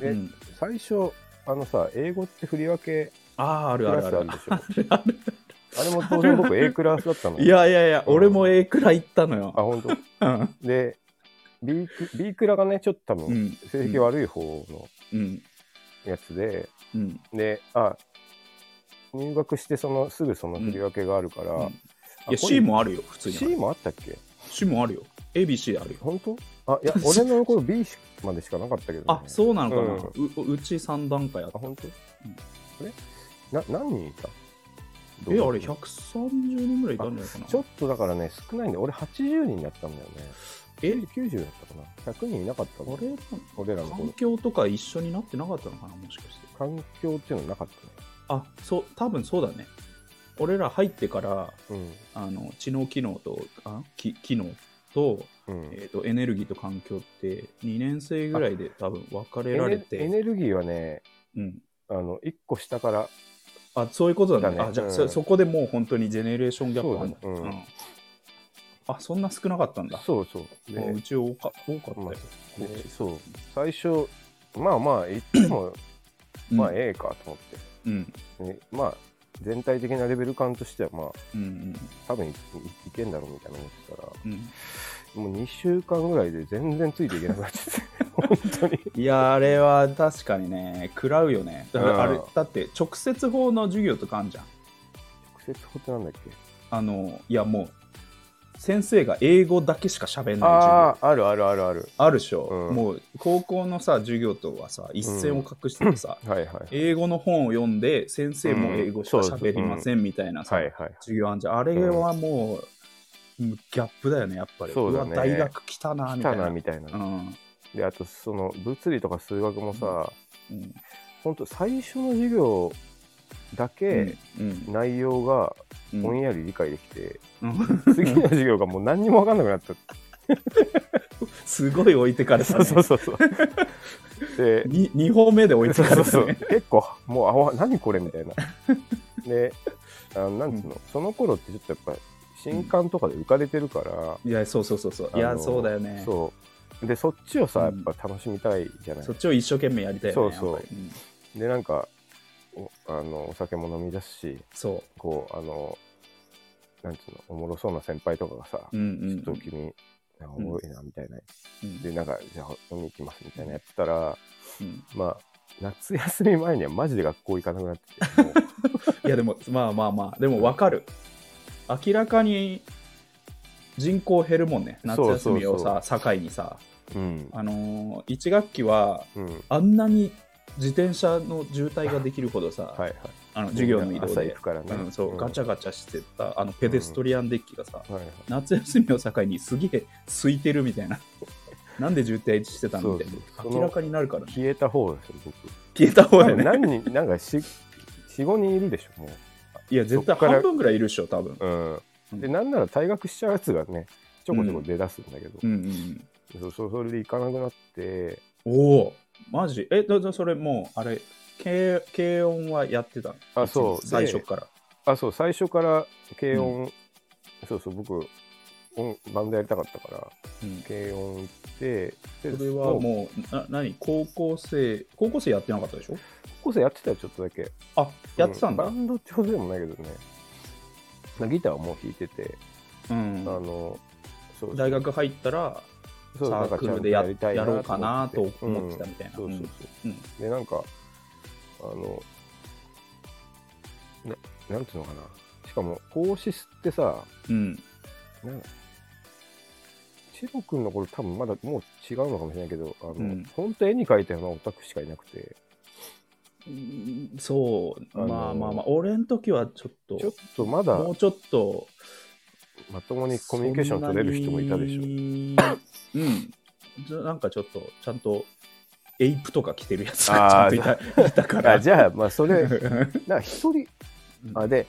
Speaker 2: で、
Speaker 1: うん
Speaker 2: 最初、あのさ、英語って振り分け
Speaker 1: ああ、あ
Speaker 2: ク
Speaker 1: るあ
Speaker 2: ラ
Speaker 1: る
Speaker 2: ス
Speaker 1: あ
Speaker 2: あ
Speaker 1: る
Speaker 2: る
Speaker 1: あ
Speaker 2: でし
Speaker 1: る
Speaker 2: ょ。あ
Speaker 1: ある。
Speaker 2: れも当然僕 A クラスだったのよ。
Speaker 1: い、やいやいや、
Speaker 2: うん
Speaker 1: 俺も A くらい行ったの
Speaker 2: あ、
Speaker 1: よ。
Speaker 2: 本当。
Speaker 1: うん
Speaker 2: で、B ク B クラがね、ちょっと多
Speaker 1: う
Speaker 2: 分、
Speaker 1: ん。
Speaker 2: 成績悪い方の
Speaker 1: うん。
Speaker 2: やつで、
Speaker 1: うん。
Speaker 2: で、あ、入学してそのすぐその振り分けがあるから、
Speaker 1: うん
Speaker 2: あ
Speaker 1: いや、C もあるよ、普
Speaker 2: こ
Speaker 1: 通
Speaker 2: れ
Speaker 1: に。
Speaker 2: C もあったっけ
Speaker 1: C もあるよ。ABC あるよ。
Speaker 2: 本当あ、 いや、俺の頃 B までしかなかったけど、ね。
Speaker 1: あ、
Speaker 2: う。
Speaker 1: そうなのかな。
Speaker 2: うん
Speaker 1: ううち3段階あっ
Speaker 2: あ、
Speaker 1: た。
Speaker 2: 本当。あれな、何人いた
Speaker 1: え、あれ、130人ぐらいいたんじゃないかな。
Speaker 2: ちょっとだからね、少ないんで、俺80人だったんだよね。
Speaker 1: え
Speaker 2: 90だったかな。100人いなかったの
Speaker 1: あれ
Speaker 2: 俺らの
Speaker 1: 環
Speaker 2: 頃。
Speaker 1: 境とか一緒になってなかったのかな、もしかして。
Speaker 2: 環境っていうのなかった
Speaker 1: あ、そう、多分そうだね。俺ら入ってから、
Speaker 2: ね。
Speaker 1: あの知能機能とあき機能と,、
Speaker 2: うん。うん。
Speaker 1: えー、とエネルギーと環境って2年生ぐらいで多分分かれられ
Speaker 2: エネエ
Speaker 1: て、
Speaker 2: ネルギーはね、
Speaker 1: うん、
Speaker 2: あの、1個下から、
Speaker 1: あそういうことだね
Speaker 2: だね
Speaker 1: あじゃあ、
Speaker 2: うん
Speaker 1: そそこでもう本当にジェネレーションギャップあんだ
Speaker 2: そうだねうん
Speaker 1: あそんな少なかったんだ
Speaker 2: そうそう。
Speaker 1: あう
Speaker 2: で、
Speaker 1: ち多か多かったよ
Speaker 2: まあ、
Speaker 1: こ
Speaker 2: でそう。最初、まあまあ、言って も、
Speaker 1: う
Speaker 2: まあ、
Speaker 1: うん
Speaker 2: A かと思
Speaker 1: うん
Speaker 2: って。でまあ、全体的なレベル感としては、まあ、
Speaker 1: うん
Speaker 2: 多分いいいけんだろうみたいな思ってたら、
Speaker 1: うん
Speaker 2: もう2週間ぐらいで全然ついていけなくなっち ゃって、本当に。
Speaker 1: いやあれは確かにね食らうよねだからあれ
Speaker 2: うん
Speaker 1: だって直接法の授業とかあんじゃん
Speaker 2: 直接法ってなんだっけ
Speaker 1: あのいやもう先生が英語だけしか喋んない授業
Speaker 2: ああ、あるあるあるある。
Speaker 1: あるでしょ、
Speaker 2: うん
Speaker 1: もう高校のさ授業とはさ一線を画しててさ、
Speaker 2: はいはい。
Speaker 1: 英語の本を読んで先生も英語しか喋りませんみたいなさ、
Speaker 2: はいはい。
Speaker 1: 授業あんじゃんあれはもう、ギャップだよねやっぱり
Speaker 2: そうだね
Speaker 1: わ大学来たな
Speaker 2: 来
Speaker 1: みた
Speaker 2: た
Speaker 1: いな
Speaker 2: なみたいな。
Speaker 1: うん
Speaker 2: で、あとその物理とか数学もさ、
Speaker 1: うん
Speaker 2: 本当最初の授業だけ
Speaker 1: うん
Speaker 2: 内容が
Speaker 1: うん
Speaker 2: ぼんやり理解できて、
Speaker 1: うん
Speaker 2: 次の授業がもう何にも分かんなくなっちゃっ
Speaker 1: すごい置いてかれ
Speaker 2: た。
Speaker 1: た、
Speaker 2: そう
Speaker 1: ね、
Speaker 2: そうそうそう。で、
Speaker 1: に2本目で置いて
Speaker 2: そう
Speaker 1: か
Speaker 2: そ
Speaker 1: れ
Speaker 2: うそ
Speaker 1: た
Speaker 2: う
Speaker 1: ね
Speaker 2: 結構もうあわ何これみたいな。で、あのなんつうの、その頃ってちょっとやっぱ新刊とかで浮かれてるから、
Speaker 1: いやそうそうそうそうい
Speaker 2: あ
Speaker 1: や
Speaker 2: の
Speaker 1: そうだよねそ
Speaker 2: そう。で、そっちをさ、や
Speaker 1: うん
Speaker 2: っぱ楽しみたいじゃない。
Speaker 1: っちを一生懸命やりたいよね
Speaker 2: そうそう
Speaker 1: やっぱりん
Speaker 2: で、なんか、おあのお酒も飲み出すし、
Speaker 1: そ
Speaker 2: こう、あの、なんつうの、おもろそうな先輩とかがさ、
Speaker 1: ううんうん
Speaker 2: ちょっと君、あおもろいな、みたいな。
Speaker 1: うん
Speaker 2: で、なんか、じゃあ飲み行きます、みたいなやってたら、
Speaker 1: うん
Speaker 2: まあ、夏休み前にはマジで学校行かなくなってて、も
Speaker 1: いやでもまあまあまあでもわかる明らかに人口減るもんね夏
Speaker 2: そう
Speaker 1: 休
Speaker 2: そう
Speaker 1: み
Speaker 2: そう
Speaker 1: をさ境にさ
Speaker 2: ううん。
Speaker 1: あのー、1学期は
Speaker 2: うん。はい
Speaker 1: あんなに自転車の渋滞ができるほどさ、
Speaker 2: はい。
Speaker 1: あの授業の移動
Speaker 2: 朝行
Speaker 1: で
Speaker 2: く、からね。
Speaker 1: うんそうガチ
Speaker 2: ャ。
Speaker 1: ャガチャしてたあのペデストリアンデッキがさ、
Speaker 2: はいはい。
Speaker 1: 夏休みを境にすげえ空いてるみたいな なんで渋滞してたのみたい
Speaker 2: そうそうそ
Speaker 1: な
Speaker 2: の
Speaker 1: 明らかになるから、ね、
Speaker 2: 消えた方ですよ、僕。
Speaker 1: 消えた方が
Speaker 2: 多分
Speaker 1: ね
Speaker 2: 何人、なんか4、4、5人いるでしょ、もう。
Speaker 1: いや絶
Speaker 2: そ
Speaker 1: 対
Speaker 2: っから
Speaker 1: 半分ぐらいいるでしょ多分
Speaker 2: うん、でなんなら退学しちゃうやつがねちょこちょこ出だすんだけど、
Speaker 1: うんうんうん
Speaker 2: そうそうそれで行かなくなって
Speaker 1: おおマジえだだそれもうあれ軽軽音はやってたの
Speaker 2: あそう
Speaker 1: 一年最
Speaker 2: で
Speaker 1: 初から
Speaker 2: あそう最初から軽音、そうそう僕音バンドやりたかったから
Speaker 1: うん
Speaker 2: 軽音行ってで
Speaker 1: それはもうな何高校生高校生やってなかったでしょ
Speaker 2: 高校生やってたよちょっとだけ
Speaker 1: あやってたんだ
Speaker 2: う
Speaker 1: う
Speaker 2: バンドってほどでもないけどねまあギターはもう弾いてて、
Speaker 1: ん
Speaker 2: あのそう
Speaker 1: 大学入ったら
Speaker 2: そう
Speaker 1: サ
Speaker 2: なん
Speaker 1: ー
Speaker 2: か
Speaker 1: ク
Speaker 2: ちゃん
Speaker 1: ル
Speaker 2: と
Speaker 1: でや
Speaker 2: りたい
Speaker 1: やろうかなと
Speaker 2: て
Speaker 1: 思ってたみたいな。
Speaker 2: うんそうそう
Speaker 1: うんうん
Speaker 2: そうでなんかあのななんていうのかなしかも投資ってさ
Speaker 1: うん
Speaker 2: なんチロ君の頃多分まだもう違うのかもしれないけどあの、
Speaker 1: ん
Speaker 2: ほんと絵に描いたようなオタクしかいなくて
Speaker 1: うんそう、
Speaker 2: あのー
Speaker 1: まあまあまあ、俺の時はちょっと、
Speaker 2: ちょっとまだ
Speaker 1: もうちょっと、
Speaker 2: まともにコミュニケーション取れる人もいたでし
Speaker 1: ょ。
Speaker 2: ょ
Speaker 1: うん。じゃなんかちょっと、ちゃんと、エイプとか着てるやつがちゃ
Speaker 2: あ
Speaker 1: ん
Speaker 2: ー
Speaker 1: といたいたか
Speaker 2: あ
Speaker 1: ら。
Speaker 2: じゃあまあそれ
Speaker 1: う
Speaker 2: なんか一人
Speaker 1: ん
Speaker 2: あで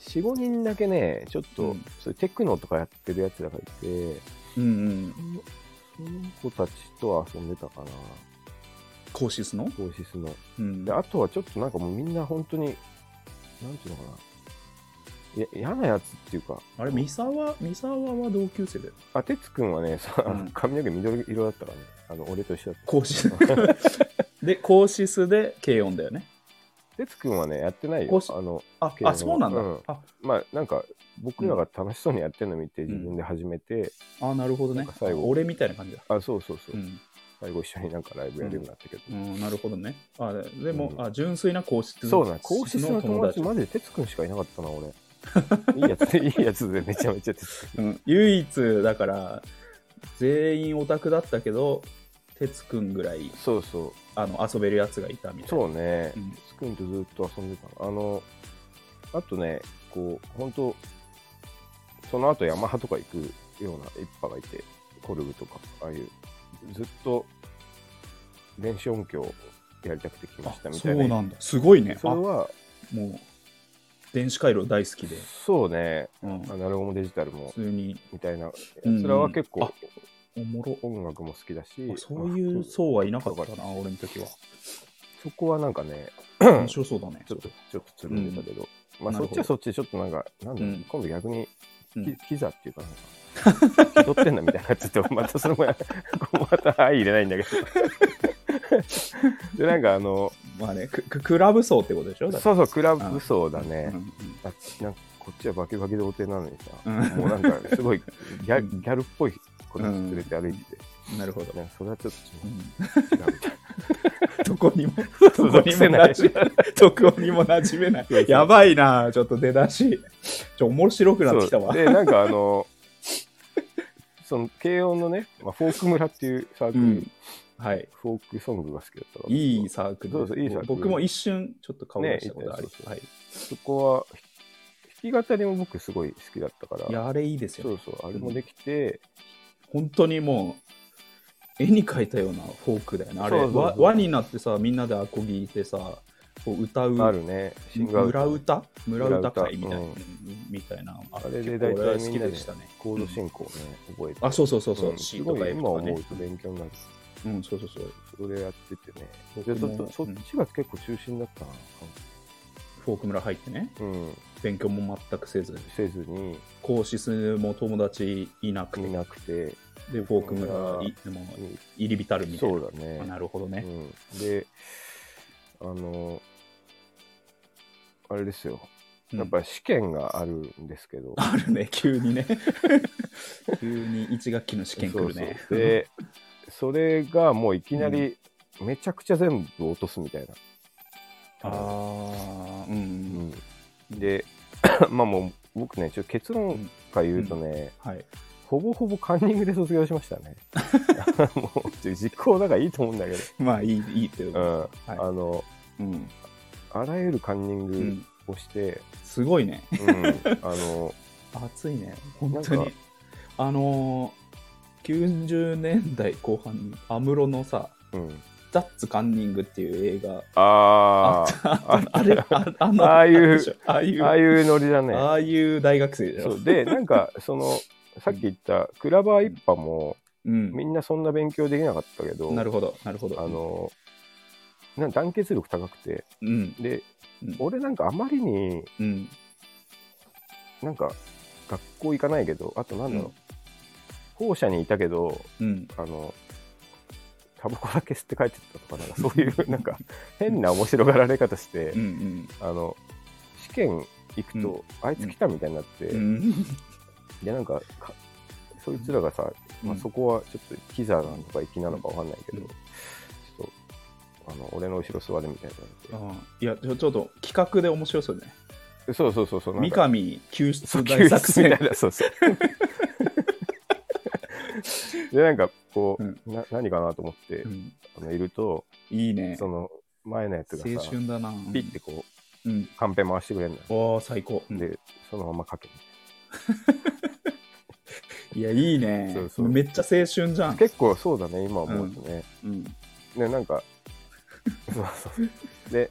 Speaker 2: 45人だけねちょっと、
Speaker 1: うん
Speaker 2: そういうテクノとかやってるやつらがいて
Speaker 1: うんうん。
Speaker 2: その子たちと遊んでたかな
Speaker 1: コーシスの
Speaker 2: オーシスの
Speaker 1: うん
Speaker 2: で。あとはちょっとなんかもうみんな本当になんていうのかないや嫌なやつっていうか
Speaker 1: あれ、三沢、三沢は同級生だよ。
Speaker 2: あてつくんはねさ、
Speaker 1: うん
Speaker 2: 髪の毛緑色だったからねあの俺と一緒だっ
Speaker 1: コーシス。 で、コーシスで軽音だよね。
Speaker 2: たてつくんはねやってない
Speaker 1: こ
Speaker 2: よ
Speaker 1: し
Speaker 2: あの
Speaker 1: あ
Speaker 2: 軽、音
Speaker 1: あそうなんだ。
Speaker 2: うん
Speaker 1: あ、
Speaker 2: まあなんか僕らが楽しそうにやってるの見て自分で始めて、
Speaker 1: あなるほどね
Speaker 2: なんか。最後
Speaker 1: 俺みたいな感じだ。
Speaker 2: あそうそうそう、
Speaker 1: うん、
Speaker 2: 最後一緒になんかライブやるようになったけど、
Speaker 1: うん、なるほどね。あでも、
Speaker 2: うん
Speaker 1: あ純粋な皇室
Speaker 2: そうなん、皇室の友達、マジで哲くんしかいなかったな、 俺。いいやつ、いいやつでめちゃめちゃ哲くん。
Speaker 1: うん、唯一だから全員オタクだったけど哲くんぐらい
Speaker 2: そうそう、
Speaker 1: あの遊べるやつがいたみたいなう、
Speaker 2: そうね、
Speaker 1: ん、
Speaker 2: 哲くんとずっと遊んでたのあの、あとね、こう、本当その後ヤマハとか行くような一派がいて、コルグとか、ああいう、ずっと電子音響やりたくて来ま
Speaker 1: あ
Speaker 2: したみ
Speaker 1: そ
Speaker 2: たいうな。
Speaker 1: なんだすごいね
Speaker 2: そ
Speaker 1: あ
Speaker 2: れ
Speaker 1: も
Speaker 2: は、
Speaker 1: う電子回路大好きで、
Speaker 2: そうね、
Speaker 1: うん、
Speaker 2: アナログもデジタルも
Speaker 1: 普、通に
Speaker 2: みたいな、
Speaker 1: うん
Speaker 2: それは結
Speaker 1: あ
Speaker 2: 構、
Speaker 1: おもろ
Speaker 2: 音楽も好きだし
Speaker 1: あそういう層はいなかったな俺の時は
Speaker 2: そこはなんかね、
Speaker 1: 面白そうだね
Speaker 2: ちょっと、ちょっとつるんでたけど、まあ
Speaker 1: な
Speaker 2: そ
Speaker 1: るほ
Speaker 2: っち
Speaker 1: ど
Speaker 2: はそっちでちょっとなんか、なんだろう、
Speaker 1: うん
Speaker 2: 今度逆に、
Speaker 1: う
Speaker 2: き
Speaker 1: ん
Speaker 2: キザっていうかなんか、気取ってんなみたいになっちゃって、 またそれも、こうまた愛入れないんだけど。で、なんかあの、
Speaker 1: まあねクククラブ層ってことでしょだか
Speaker 2: そうそう、クラブ層だ
Speaker 1: ら
Speaker 2: ね
Speaker 1: う。ん
Speaker 2: あなんかこっちはバキバキ童貞なのにさ、
Speaker 1: うん
Speaker 2: もうなんかすごいギ ャ
Speaker 1: うん
Speaker 2: ギャルっぽい子たち連れて歩いてて、
Speaker 1: うんなるほど、
Speaker 2: なんかそれはちょっ
Speaker 1: うん
Speaker 2: と違うみたい
Speaker 1: どこ にもどこにも馴染めないどこにも馴染めない
Speaker 2: そうそ う
Speaker 1: やばいなちょっと出だしちょ面白くなってきた
Speaker 2: な。
Speaker 1: わ
Speaker 2: で、なんかあの、 その軽音のね、まあ、フォーク村っていうサーク
Speaker 1: う
Speaker 2: ル、
Speaker 1: ん、はい。
Speaker 2: フォークソングが好きだったから
Speaker 1: いいサークル。
Speaker 2: そうそういいサークル
Speaker 1: 僕も一瞬ちょっと顔出したことあり、
Speaker 2: ねいい
Speaker 1: はい。
Speaker 2: そこはひ弾き語りも僕すごい好きだったから
Speaker 1: いや、あれいいですよ、
Speaker 2: そ
Speaker 1: ね。
Speaker 2: うそうあれもできて、
Speaker 1: 本当にもう、絵に描いたようなフォークだよね。あれ、
Speaker 2: そうそうそう
Speaker 1: わ輪になってさ、みんなでアコギでさ、こう歌う、
Speaker 2: あるねシンガー
Speaker 1: 村歌村
Speaker 2: 村
Speaker 1: 歌
Speaker 2: 歌
Speaker 1: 会みたいな、
Speaker 2: うん
Speaker 1: みたいな。
Speaker 2: あれ
Speaker 1: 結構
Speaker 2: で大
Speaker 1: 俺は
Speaker 2: 体
Speaker 1: 好
Speaker 2: み
Speaker 1: き
Speaker 2: んな
Speaker 1: で
Speaker 2: で
Speaker 1: したね。
Speaker 2: コード
Speaker 1: うん
Speaker 2: 進行ね、覚えて
Speaker 1: あ、そうそうそうそう、
Speaker 2: んす
Speaker 1: C と
Speaker 2: ご
Speaker 1: か
Speaker 2: い
Speaker 1: F
Speaker 2: 今
Speaker 1: とか
Speaker 2: 思
Speaker 1: ね
Speaker 2: う。と勉強になる
Speaker 1: うん、そうそうそう。
Speaker 2: それやっててね
Speaker 1: 僕
Speaker 2: でそ
Speaker 1: も
Speaker 2: そそっちが結構中心だったな、
Speaker 1: フォーク村入ってね、
Speaker 2: うん、
Speaker 1: 勉強も全くせず、
Speaker 2: せずに
Speaker 1: 講師数も友達いなくて
Speaker 2: 見、なくて
Speaker 1: で、フォーク村い、でも入り浸るみたい
Speaker 2: そ
Speaker 1: な。
Speaker 2: うだね
Speaker 1: あなるほどね。
Speaker 2: うん、であのあれですよ
Speaker 1: うん
Speaker 2: やっぱ試験があるんですけど、
Speaker 1: あ るね、急にね。急に1学期の試験来るね。
Speaker 2: そうそうでそれがもういきなりめちゃくちゃ全部落とすみたいな、
Speaker 1: ああ、うん、う。
Speaker 2: うんんで まあもう僕ねちょっと結論から言うとね、
Speaker 1: はい。
Speaker 2: ほぼほぼカンニングで卒業しました ねもうちょっと実行だからいいと思うんだけ
Speaker 1: まあ、いい、いいっていう
Speaker 2: ど、う
Speaker 1: か。
Speaker 2: んあ
Speaker 1: は
Speaker 2: の
Speaker 1: い。うん。
Speaker 2: あらゆるカンニ
Speaker 1: う
Speaker 2: ング
Speaker 1: ん。
Speaker 2: をして、
Speaker 1: すごいね。
Speaker 2: うんあの
Speaker 1: 暑いね。本当
Speaker 2: なん
Speaker 1: に
Speaker 2: か。
Speaker 1: あのー、90年代後半に、安室のさ、
Speaker 2: うん
Speaker 1: ザッツカンニングっていう映画。
Speaker 2: あ
Speaker 1: ああれ、ああの
Speaker 2: ああいう
Speaker 1: れでしょああい
Speaker 2: ー
Speaker 1: う、
Speaker 2: ああ
Speaker 1: あ
Speaker 2: いうノリだね
Speaker 1: あいう大学生でし
Speaker 2: そ
Speaker 1: ょ。
Speaker 2: うでなんかそのさっき言ったクラバー一派も
Speaker 1: うん。
Speaker 2: みんなそんな勉強できなかったけど
Speaker 1: なるほど、なるほど。
Speaker 2: あ、のなん団結力高くて
Speaker 1: うん。
Speaker 2: で
Speaker 1: うん
Speaker 2: 俺なんかあまりに
Speaker 1: うん。
Speaker 2: なんか学校行かないけどあとなんだろう、校舎にいたけど
Speaker 1: うん。
Speaker 2: あのタバコだけ吸って帰ってったとかなんかそういうなんか変な面白がられ方して、
Speaker 1: うん。
Speaker 2: あの試験行くと、あいつ来たみたいになって、
Speaker 1: うん。うん。
Speaker 2: でなんかかそいつらがさまあ、
Speaker 1: うん
Speaker 2: そこはちょっとキザなのか粋なのかわかんないけど、
Speaker 1: うん
Speaker 2: ちょっとあの俺の後ろ座れみたいになっ
Speaker 1: あ
Speaker 2: て
Speaker 1: あいやちょちょっと企画で面白そうね
Speaker 2: そうそうそうそうなん
Speaker 1: 三
Speaker 2: か
Speaker 1: 上救
Speaker 2: そう
Speaker 1: 出大作戦
Speaker 2: 救出みたいなそうそうでなんかこう、
Speaker 1: うん
Speaker 2: な何かなと思って、
Speaker 1: うん
Speaker 2: あのいると
Speaker 1: いいね
Speaker 2: その前のやつがさ
Speaker 1: 青春だな
Speaker 2: ピッてこう
Speaker 1: うん
Speaker 2: カンペ回してくれるんだよ
Speaker 1: おー最高、うん
Speaker 2: でそのまま書け
Speaker 1: いやいいね
Speaker 2: そうそう
Speaker 1: めっちゃ青春じゃん、
Speaker 2: 結構そうだね今思うとね、
Speaker 1: うん、
Speaker 2: ねなん かそうそうで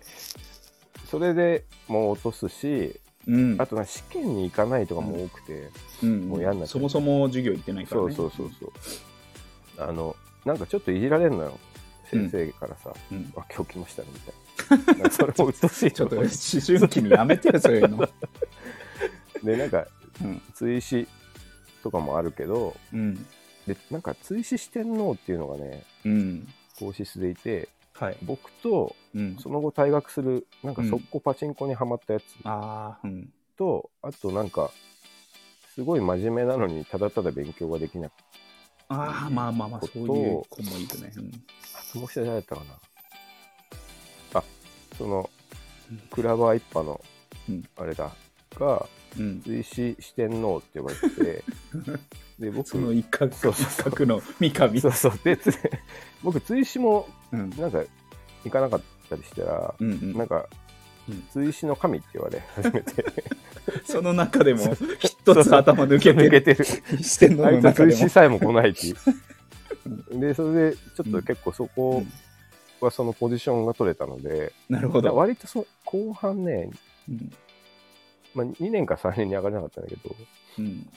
Speaker 2: それでもう落とすし
Speaker 1: うん
Speaker 2: あとな試験に行かないとかも多くて、
Speaker 1: うん
Speaker 2: もう嫌になっちゃう
Speaker 1: そもそも授業行ってないから、
Speaker 2: そ
Speaker 1: ね、
Speaker 2: うそうそうそうあのなんかちょっといじられるのよ先生からさ、
Speaker 1: うん
Speaker 2: あ今日来ましたねみ たいななんかそれも鬱陶しい
Speaker 1: ちょっと
Speaker 2: 思
Speaker 1: 思
Speaker 2: う
Speaker 1: 春期にやめてよそういうの
Speaker 2: でなんか
Speaker 1: うん
Speaker 2: 追試とかもあるけど
Speaker 1: うん
Speaker 2: でなんか追試四天王っていうのがね
Speaker 1: うん
Speaker 2: 皇室でいて
Speaker 1: はい、
Speaker 2: 僕と
Speaker 1: うん、
Speaker 2: その後退学するなんか速攻パチンコにはまったやつ
Speaker 1: ああうん
Speaker 2: と、あとなんかすごい真面目なのにただただ勉強ができなくて
Speaker 1: ああまあまあまあそういう子もいるね、うん
Speaker 2: あともう一人誰だったかなあそのクラバー一派の
Speaker 1: うん
Speaker 2: あれだが
Speaker 1: うん、
Speaker 2: 追試四天王って呼ばれ ててで僕
Speaker 1: その一角
Speaker 2: そうそう
Speaker 1: 一角の三上
Speaker 2: そうそうでつ僕追試も
Speaker 1: うん
Speaker 2: なんか行かなかったりしたら、
Speaker 1: うんうん
Speaker 2: なんか
Speaker 1: うん
Speaker 2: 追試の神って言われ始めて
Speaker 1: その中でも
Speaker 2: そう
Speaker 1: 一つ頭抜けて
Speaker 2: 抜け
Speaker 1: る
Speaker 2: てる
Speaker 1: してんの
Speaker 2: あい
Speaker 1: の
Speaker 2: つは
Speaker 1: 中
Speaker 2: 追
Speaker 1: でも
Speaker 2: 試さえも来ないっていう でそれでちょっと結構そこはそのポジションが取れたので、
Speaker 1: なるほど、
Speaker 2: 割とそ後半ね、
Speaker 1: うん
Speaker 2: まあ、2年か3年に上がれなかったんだけど
Speaker 1: うん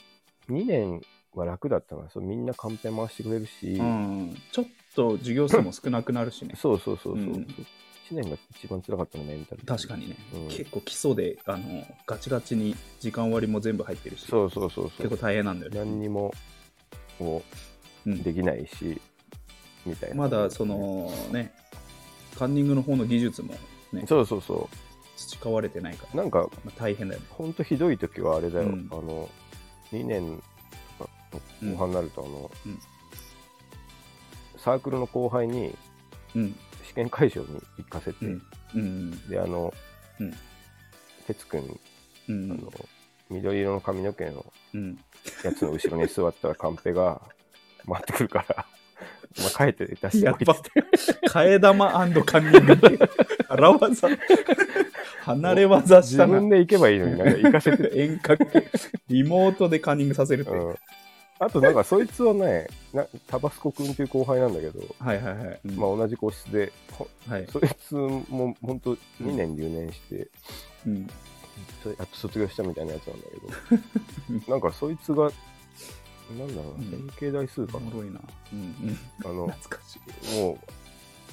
Speaker 2: 2年は楽だったなそうみんなカンペ回してくれるし、
Speaker 1: うん、ちょっと授業数も少なくなるしね
Speaker 2: そうそうそうそう、
Speaker 1: うん
Speaker 2: 1年が一番辛かったのねみたいな
Speaker 1: 確かにね、
Speaker 2: うん
Speaker 1: 結構基礎であのガチガチに時間割も全部入ってるし
Speaker 2: そうそうそうそ
Speaker 1: 結構
Speaker 2: う
Speaker 1: 大変なんだよね
Speaker 2: 何にもこう
Speaker 1: うん
Speaker 2: できないし、みたいな
Speaker 1: まだそのねカンニングの方の技術もね
Speaker 2: そうそうそ
Speaker 1: 培われてないから、
Speaker 2: うなんか
Speaker 1: まあ、大変だよね
Speaker 2: ほんとひどい時はあれだよ、
Speaker 1: うん
Speaker 2: あの2年とかの後半になるとあの、
Speaker 1: うん
Speaker 2: サークルの後輩に
Speaker 1: うん
Speaker 2: 試験会場に行かせて、
Speaker 1: うんうん
Speaker 2: であの、
Speaker 1: うん
Speaker 2: 哲くん
Speaker 1: う
Speaker 2: あ
Speaker 1: ん
Speaker 2: の緑色の髪の毛の
Speaker 1: うん
Speaker 2: やつの後ろに座ったらカン ペが回ってくるから「お前帰って出して
Speaker 1: や
Speaker 2: お
Speaker 1: っ
Speaker 2: いて」
Speaker 1: ぱ替え玉カンニングっていう荒技離れ技し
Speaker 2: 自
Speaker 1: たな、
Speaker 2: 分で行けばいいのになんか行かせて
Speaker 1: 遠隔リモートでカンニングさせるって、
Speaker 2: うん、あとなんかそいつはねなタバスコくんっていう後輩なんだけど、
Speaker 1: はいはいはい、うん
Speaker 2: まあ、同じ個室でほ
Speaker 1: はい、
Speaker 2: そいつも本当2年留年して、
Speaker 1: うん、
Speaker 2: それやっと卒業したみたいなやつなんだけ どなんかそいつがなんだろうな
Speaker 1: うん
Speaker 2: 変形代数か
Speaker 1: お
Speaker 2: な、
Speaker 1: もろいな、うんうん、
Speaker 2: あの
Speaker 1: 懐かしい
Speaker 2: も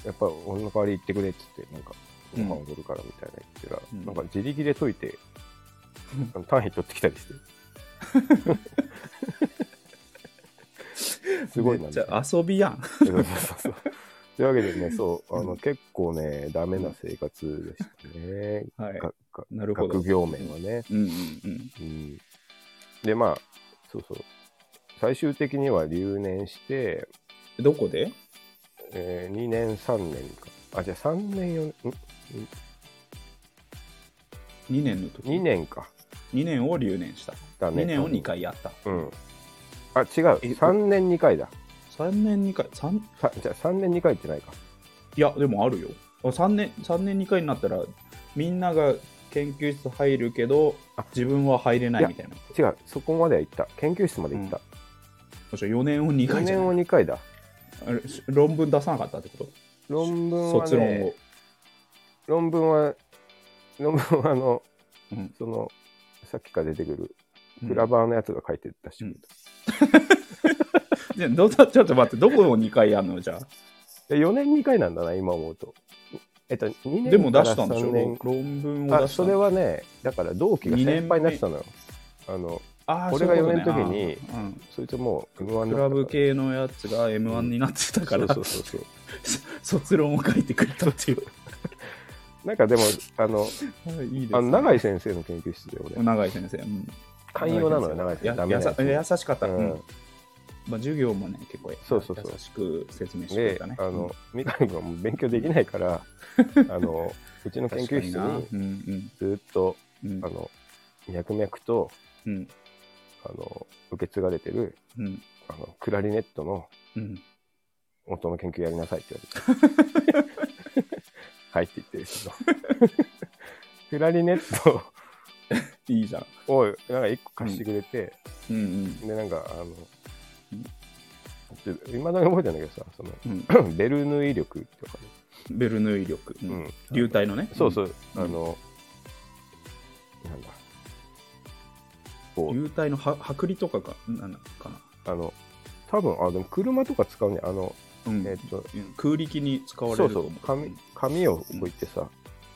Speaker 2: う、やっぱ俺の代わり行ってくれって言って、なんか、
Speaker 1: う
Speaker 2: ご
Speaker 1: ん
Speaker 2: 飯踊るからみたいな言ってたら、
Speaker 1: うん
Speaker 2: なんか自力で解 いて
Speaker 1: うん、
Speaker 2: あの単位取ってきた りして。すごいな
Speaker 1: めっ
Speaker 2: み
Speaker 1: ち
Speaker 2: たいな。
Speaker 1: ゃ遊びやん
Speaker 2: そうそうそうそうというわけでね、そう、あ
Speaker 1: う
Speaker 2: の、
Speaker 1: ん
Speaker 2: 結構ね、ダメな生活でしたね。
Speaker 1: はい
Speaker 2: がが
Speaker 1: なるほど
Speaker 2: 学業面はね。
Speaker 1: うんうんうん
Speaker 2: うんで、まあ、そうそう。最終的には留年して、
Speaker 1: どこで
Speaker 2: えー、2年3年かあじゃあ3年4年
Speaker 1: 2年の時
Speaker 2: 2年か
Speaker 1: 2年を留年した
Speaker 2: だね
Speaker 1: 2年を2回やった
Speaker 2: うんあ
Speaker 1: え
Speaker 2: 違う3年2回だ
Speaker 1: 3年2回三
Speaker 2: さじゃあ3年2回ってないか
Speaker 1: いやでもあるよあ3年三年2回になったらみんなが研究室入るけど
Speaker 2: あ
Speaker 1: 自分は入れない
Speaker 2: いや
Speaker 1: みたいな
Speaker 2: 違うそこまでは行った研究室まで行った、
Speaker 1: 4年を2
Speaker 2: 四
Speaker 1: 回じゃ
Speaker 2: 年
Speaker 1: ない
Speaker 2: を2回だ
Speaker 1: あれし論文出さなかったってこと
Speaker 2: 論文は、ね、
Speaker 1: 卒論を
Speaker 2: 論文は論文はあの、
Speaker 1: うん
Speaker 2: そのさっきから出てくる
Speaker 1: うん
Speaker 2: グラバーのやつが書いてったし、
Speaker 1: うんじゃあどうだちょっと待ってどこを2回やんのじゃあ
Speaker 2: で4年2回なんだな今思うとえっと2
Speaker 1: でも出
Speaker 2: 年から
Speaker 1: したんでし
Speaker 2: 3
Speaker 1: ょ
Speaker 2: 年
Speaker 1: 論論文を
Speaker 2: あ
Speaker 1: 出した
Speaker 2: そ
Speaker 1: んで
Speaker 2: れはねだから同期が
Speaker 1: 二
Speaker 2: 先
Speaker 1: 年
Speaker 2: 輩
Speaker 1: 目
Speaker 2: になってたのよあの
Speaker 1: あー
Speaker 2: 俺が
Speaker 1: そういうことね
Speaker 2: 四年の時に
Speaker 1: あーうん
Speaker 2: そいつもう M1
Speaker 1: クラブ
Speaker 2: だっ
Speaker 1: 系のやつが M1 になってた
Speaker 2: た
Speaker 1: か
Speaker 2: から
Speaker 1: ら、
Speaker 2: そうそうそうそ
Speaker 1: 卒論を書いてくれた っていう
Speaker 2: うなんかでもあの
Speaker 1: はいいいです
Speaker 2: あ
Speaker 1: ね、
Speaker 2: の永井先生の研究室で俺
Speaker 1: 長井先生、うん、
Speaker 2: 寛容なのよ
Speaker 1: 長
Speaker 2: 永
Speaker 1: 井
Speaker 2: 井
Speaker 1: 先生
Speaker 2: 先生
Speaker 1: や
Speaker 2: ダメな
Speaker 1: や
Speaker 2: やつ
Speaker 1: さ優しかった、
Speaker 2: う
Speaker 1: うんんまあ、授業もね、結構
Speaker 2: そうそうそう
Speaker 1: 優しく説明してくれ
Speaker 2: で
Speaker 1: たね。
Speaker 2: あの三上君はもう勉強できないから あのうちの研究室に
Speaker 1: うんうん
Speaker 2: ずっと
Speaker 1: うん
Speaker 2: あの脈々と
Speaker 1: うん
Speaker 2: あの受け継がれてる
Speaker 1: うん
Speaker 2: あのクラリネットの
Speaker 1: うん
Speaker 2: 音の研究やりなさいって言われてはいって言ってるけ どクラリネット
Speaker 1: いいじゃん。
Speaker 2: をなんか1個貸してくれて、
Speaker 1: うんうん
Speaker 2: でなんかあのいまだに覚えてんだけどさそ
Speaker 1: うん、
Speaker 2: の ベルヌイ力とかね、
Speaker 1: ベルヌイ力、う
Speaker 2: うんん、
Speaker 1: 流体のね。
Speaker 2: そうそうう、あの、なんだ、こ
Speaker 1: ん。
Speaker 2: う、
Speaker 1: 流体のは剥離とかか、なんかな。
Speaker 2: あの、多分あ、でも車とか使うね、あの、
Speaker 1: うん
Speaker 2: えっと、
Speaker 1: うん空力に使われ
Speaker 2: そ
Speaker 1: る
Speaker 2: う
Speaker 1: と
Speaker 2: そ
Speaker 1: 思
Speaker 2: う、紙紙を置いてさ、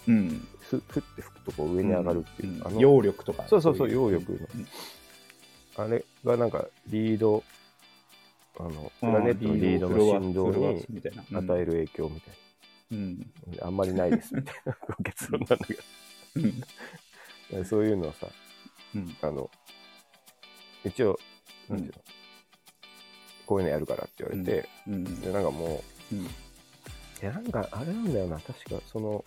Speaker 1: うん。
Speaker 2: ふふって吹くとこう上に上がるっていう、
Speaker 1: ん
Speaker 2: あ
Speaker 1: ん
Speaker 2: の、
Speaker 1: 揚力とか。
Speaker 2: そうそうそう
Speaker 1: い
Speaker 2: 揚力のあれがなんか、リード、あの、プ
Speaker 1: うん
Speaker 2: ラネットのリード
Speaker 1: フロ
Speaker 2: の
Speaker 1: ア
Speaker 2: 振
Speaker 1: フ
Speaker 2: 動
Speaker 1: ロア
Speaker 2: に
Speaker 1: みたいな。うん
Speaker 2: 与える影響みたい
Speaker 1: うん。
Speaker 2: な、あんまりないですみたいな結論なんだけ
Speaker 1: うん
Speaker 2: ど、そういうのはさ、
Speaker 1: うん。
Speaker 2: あの、一応、なんていうの、こういうのやるからって言われて、
Speaker 1: うん。
Speaker 2: で、なんかも
Speaker 1: うん。
Speaker 2: う、いや、なんかあれなんだよな、確か、その、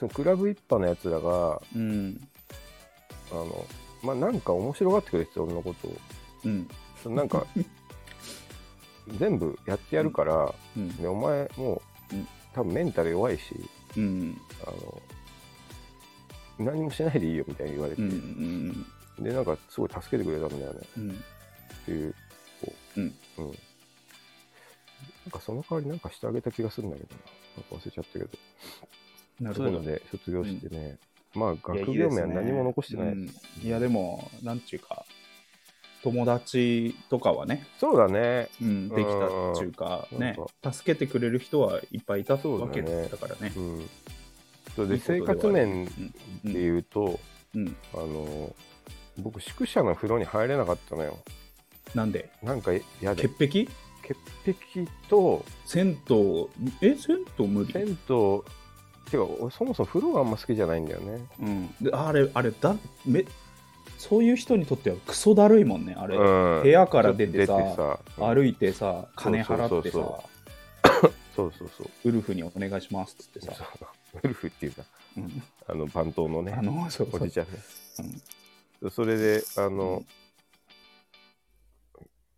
Speaker 2: そのクラブ一派のやつらが、
Speaker 1: うん。
Speaker 2: あの、まあ、なんか面白がってくれてた俺のことを、
Speaker 1: うん。
Speaker 2: そのなんか、全部やってやるから、
Speaker 1: うん。
Speaker 2: で、お前、もう
Speaker 1: うん、
Speaker 2: 多分メンタル弱いし、
Speaker 1: うん。
Speaker 2: あの、何もしないでいいよみたいに言われ
Speaker 1: う
Speaker 2: て、
Speaker 1: ん。うん。
Speaker 2: で、なんかすごい助けてくれたんだよね。
Speaker 1: うん。
Speaker 2: っていう、こう、
Speaker 1: うん。
Speaker 2: なんかその代わりなんかしてあげた気がするんだけどな。なんか忘れちゃったけど。
Speaker 1: なる
Speaker 2: そうい
Speaker 1: ほ
Speaker 2: う
Speaker 1: ど
Speaker 2: の。で卒業してね、まあ
Speaker 1: いや
Speaker 2: 学業名は何も残してない。
Speaker 1: いですねうんいやでもなんていうか友達とかはね、
Speaker 2: そうだね。
Speaker 1: うん、できたっていうか
Speaker 2: うん
Speaker 1: ね
Speaker 2: なん
Speaker 1: 助けてくれる人はいっぱいいた
Speaker 2: そうだ
Speaker 1: わ
Speaker 2: ね
Speaker 1: けだからね
Speaker 2: うん。そうで
Speaker 1: いいことで
Speaker 2: 生
Speaker 1: はある
Speaker 2: 活面で
Speaker 1: うん
Speaker 2: 言うと、
Speaker 1: うん
Speaker 2: あの、僕宿舎の風呂に入れなかったのよ。
Speaker 1: なんで
Speaker 2: なんか嫌で。
Speaker 1: 潔癖
Speaker 2: 潔癖と
Speaker 1: 銭湯え銭湯無理
Speaker 2: 銭湯、てか俺そもそも風呂があんま好きじゃないんだよね。
Speaker 1: うん、であれあれだめそういう人にとってはクソだるいもんねあれ、
Speaker 2: うん
Speaker 1: 部屋から出てさ
Speaker 2: ちょっと出てさ
Speaker 1: 歩いてさ金払ってさ
Speaker 2: そうそうそうそそうそうそう。
Speaker 1: ウルフにお願いしますっつってさ、
Speaker 2: そうウルフっていうか、
Speaker 1: うん
Speaker 2: あの、番頭のね、
Speaker 1: あのそう
Speaker 2: お
Speaker 1: そう
Speaker 2: じちゃんね。それで、あの、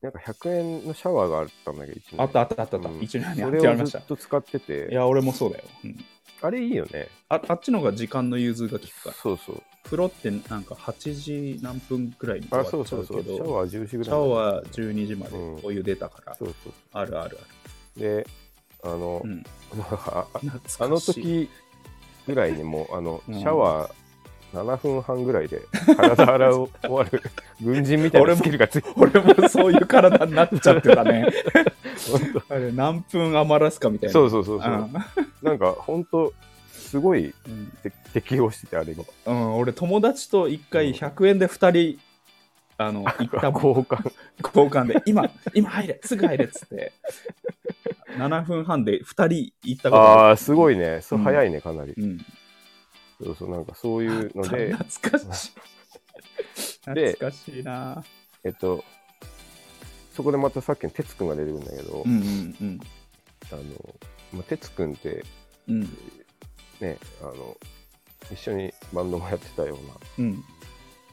Speaker 2: なんか100円のシャワーがあったんだけど、一年
Speaker 1: あったあったあったあった、
Speaker 2: うん
Speaker 1: 一年にあ
Speaker 2: そ
Speaker 1: っ
Speaker 2: れ
Speaker 1: てあり
Speaker 2: を
Speaker 1: まし
Speaker 2: ず
Speaker 1: た
Speaker 2: っと使って
Speaker 1: い
Speaker 2: て、
Speaker 1: や、俺もそうだよ。うん
Speaker 2: あれいいよね。
Speaker 1: ああっちの方が時間の融通が利くから。
Speaker 2: そうそう。
Speaker 1: 風呂ってなんか8時何分くらいに終わ
Speaker 2: あ、
Speaker 1: っちゃ
Speaker 2: そううそうそう。
Speaker 1: け
Speaker 2: シャ
Speaker 1: ど、
Speaker 2: ワー10時ぐらい。
Speaker 1: シャワー12時まで
Speaker 2: うん
Speaker 1: お湯出たから、
Speaker 2: そうそう
Speaker 1: あるある
Speaker 2: そう。で、あの
Speaker 1: ある。う、ん、
Speaker 2: あ
Speaker 1: 懐かしい
Speaker 2: あの、時ぐらいにもう、あの、
Speaker 1: う
Speaker 2: シ
Speaker 1: ん
Speaker 2: ャワー、7分半ぐらいで体洗う終 わる軍人みたいなスキルがついて
Speaker 1: 俺もそういう体になっちゃってたね。あれ何分余らすかみたいな。
Speaker 2: そううそうそうそう、なんか本当すごい
Speaker 1: ん
Speaker 2: て適応しててあれが
Speaker 1: うんうん俺、友達と1回100円で2人、あの、行ったもん
Speaker 2: 交換
Speaker 1: 交換で、今、今入れ、すぐ入れっつって、7分半で2人行ったこと
Speaker 2: ああすごいねそう
Speaker 1: うん
Speaker 2: 早いねかなり、
Speaker 1: うん、
Speaker 2: そうそうなんかそういうので
Speaker 1: 懐かしい。
Speaker 2: で
Speaker 1: 懐かしいな。
Speaker 2: えっとそこでまたさっきの哲くんが出てくるんだけど、
Speaker 1: うんうん
Speaker 2: あのまあ哲くんって
Speaker 1: うんうん
Speaker 2: ねあの一緒にバンドもやってたよう
Speaker 1: うん
Speaker 2: な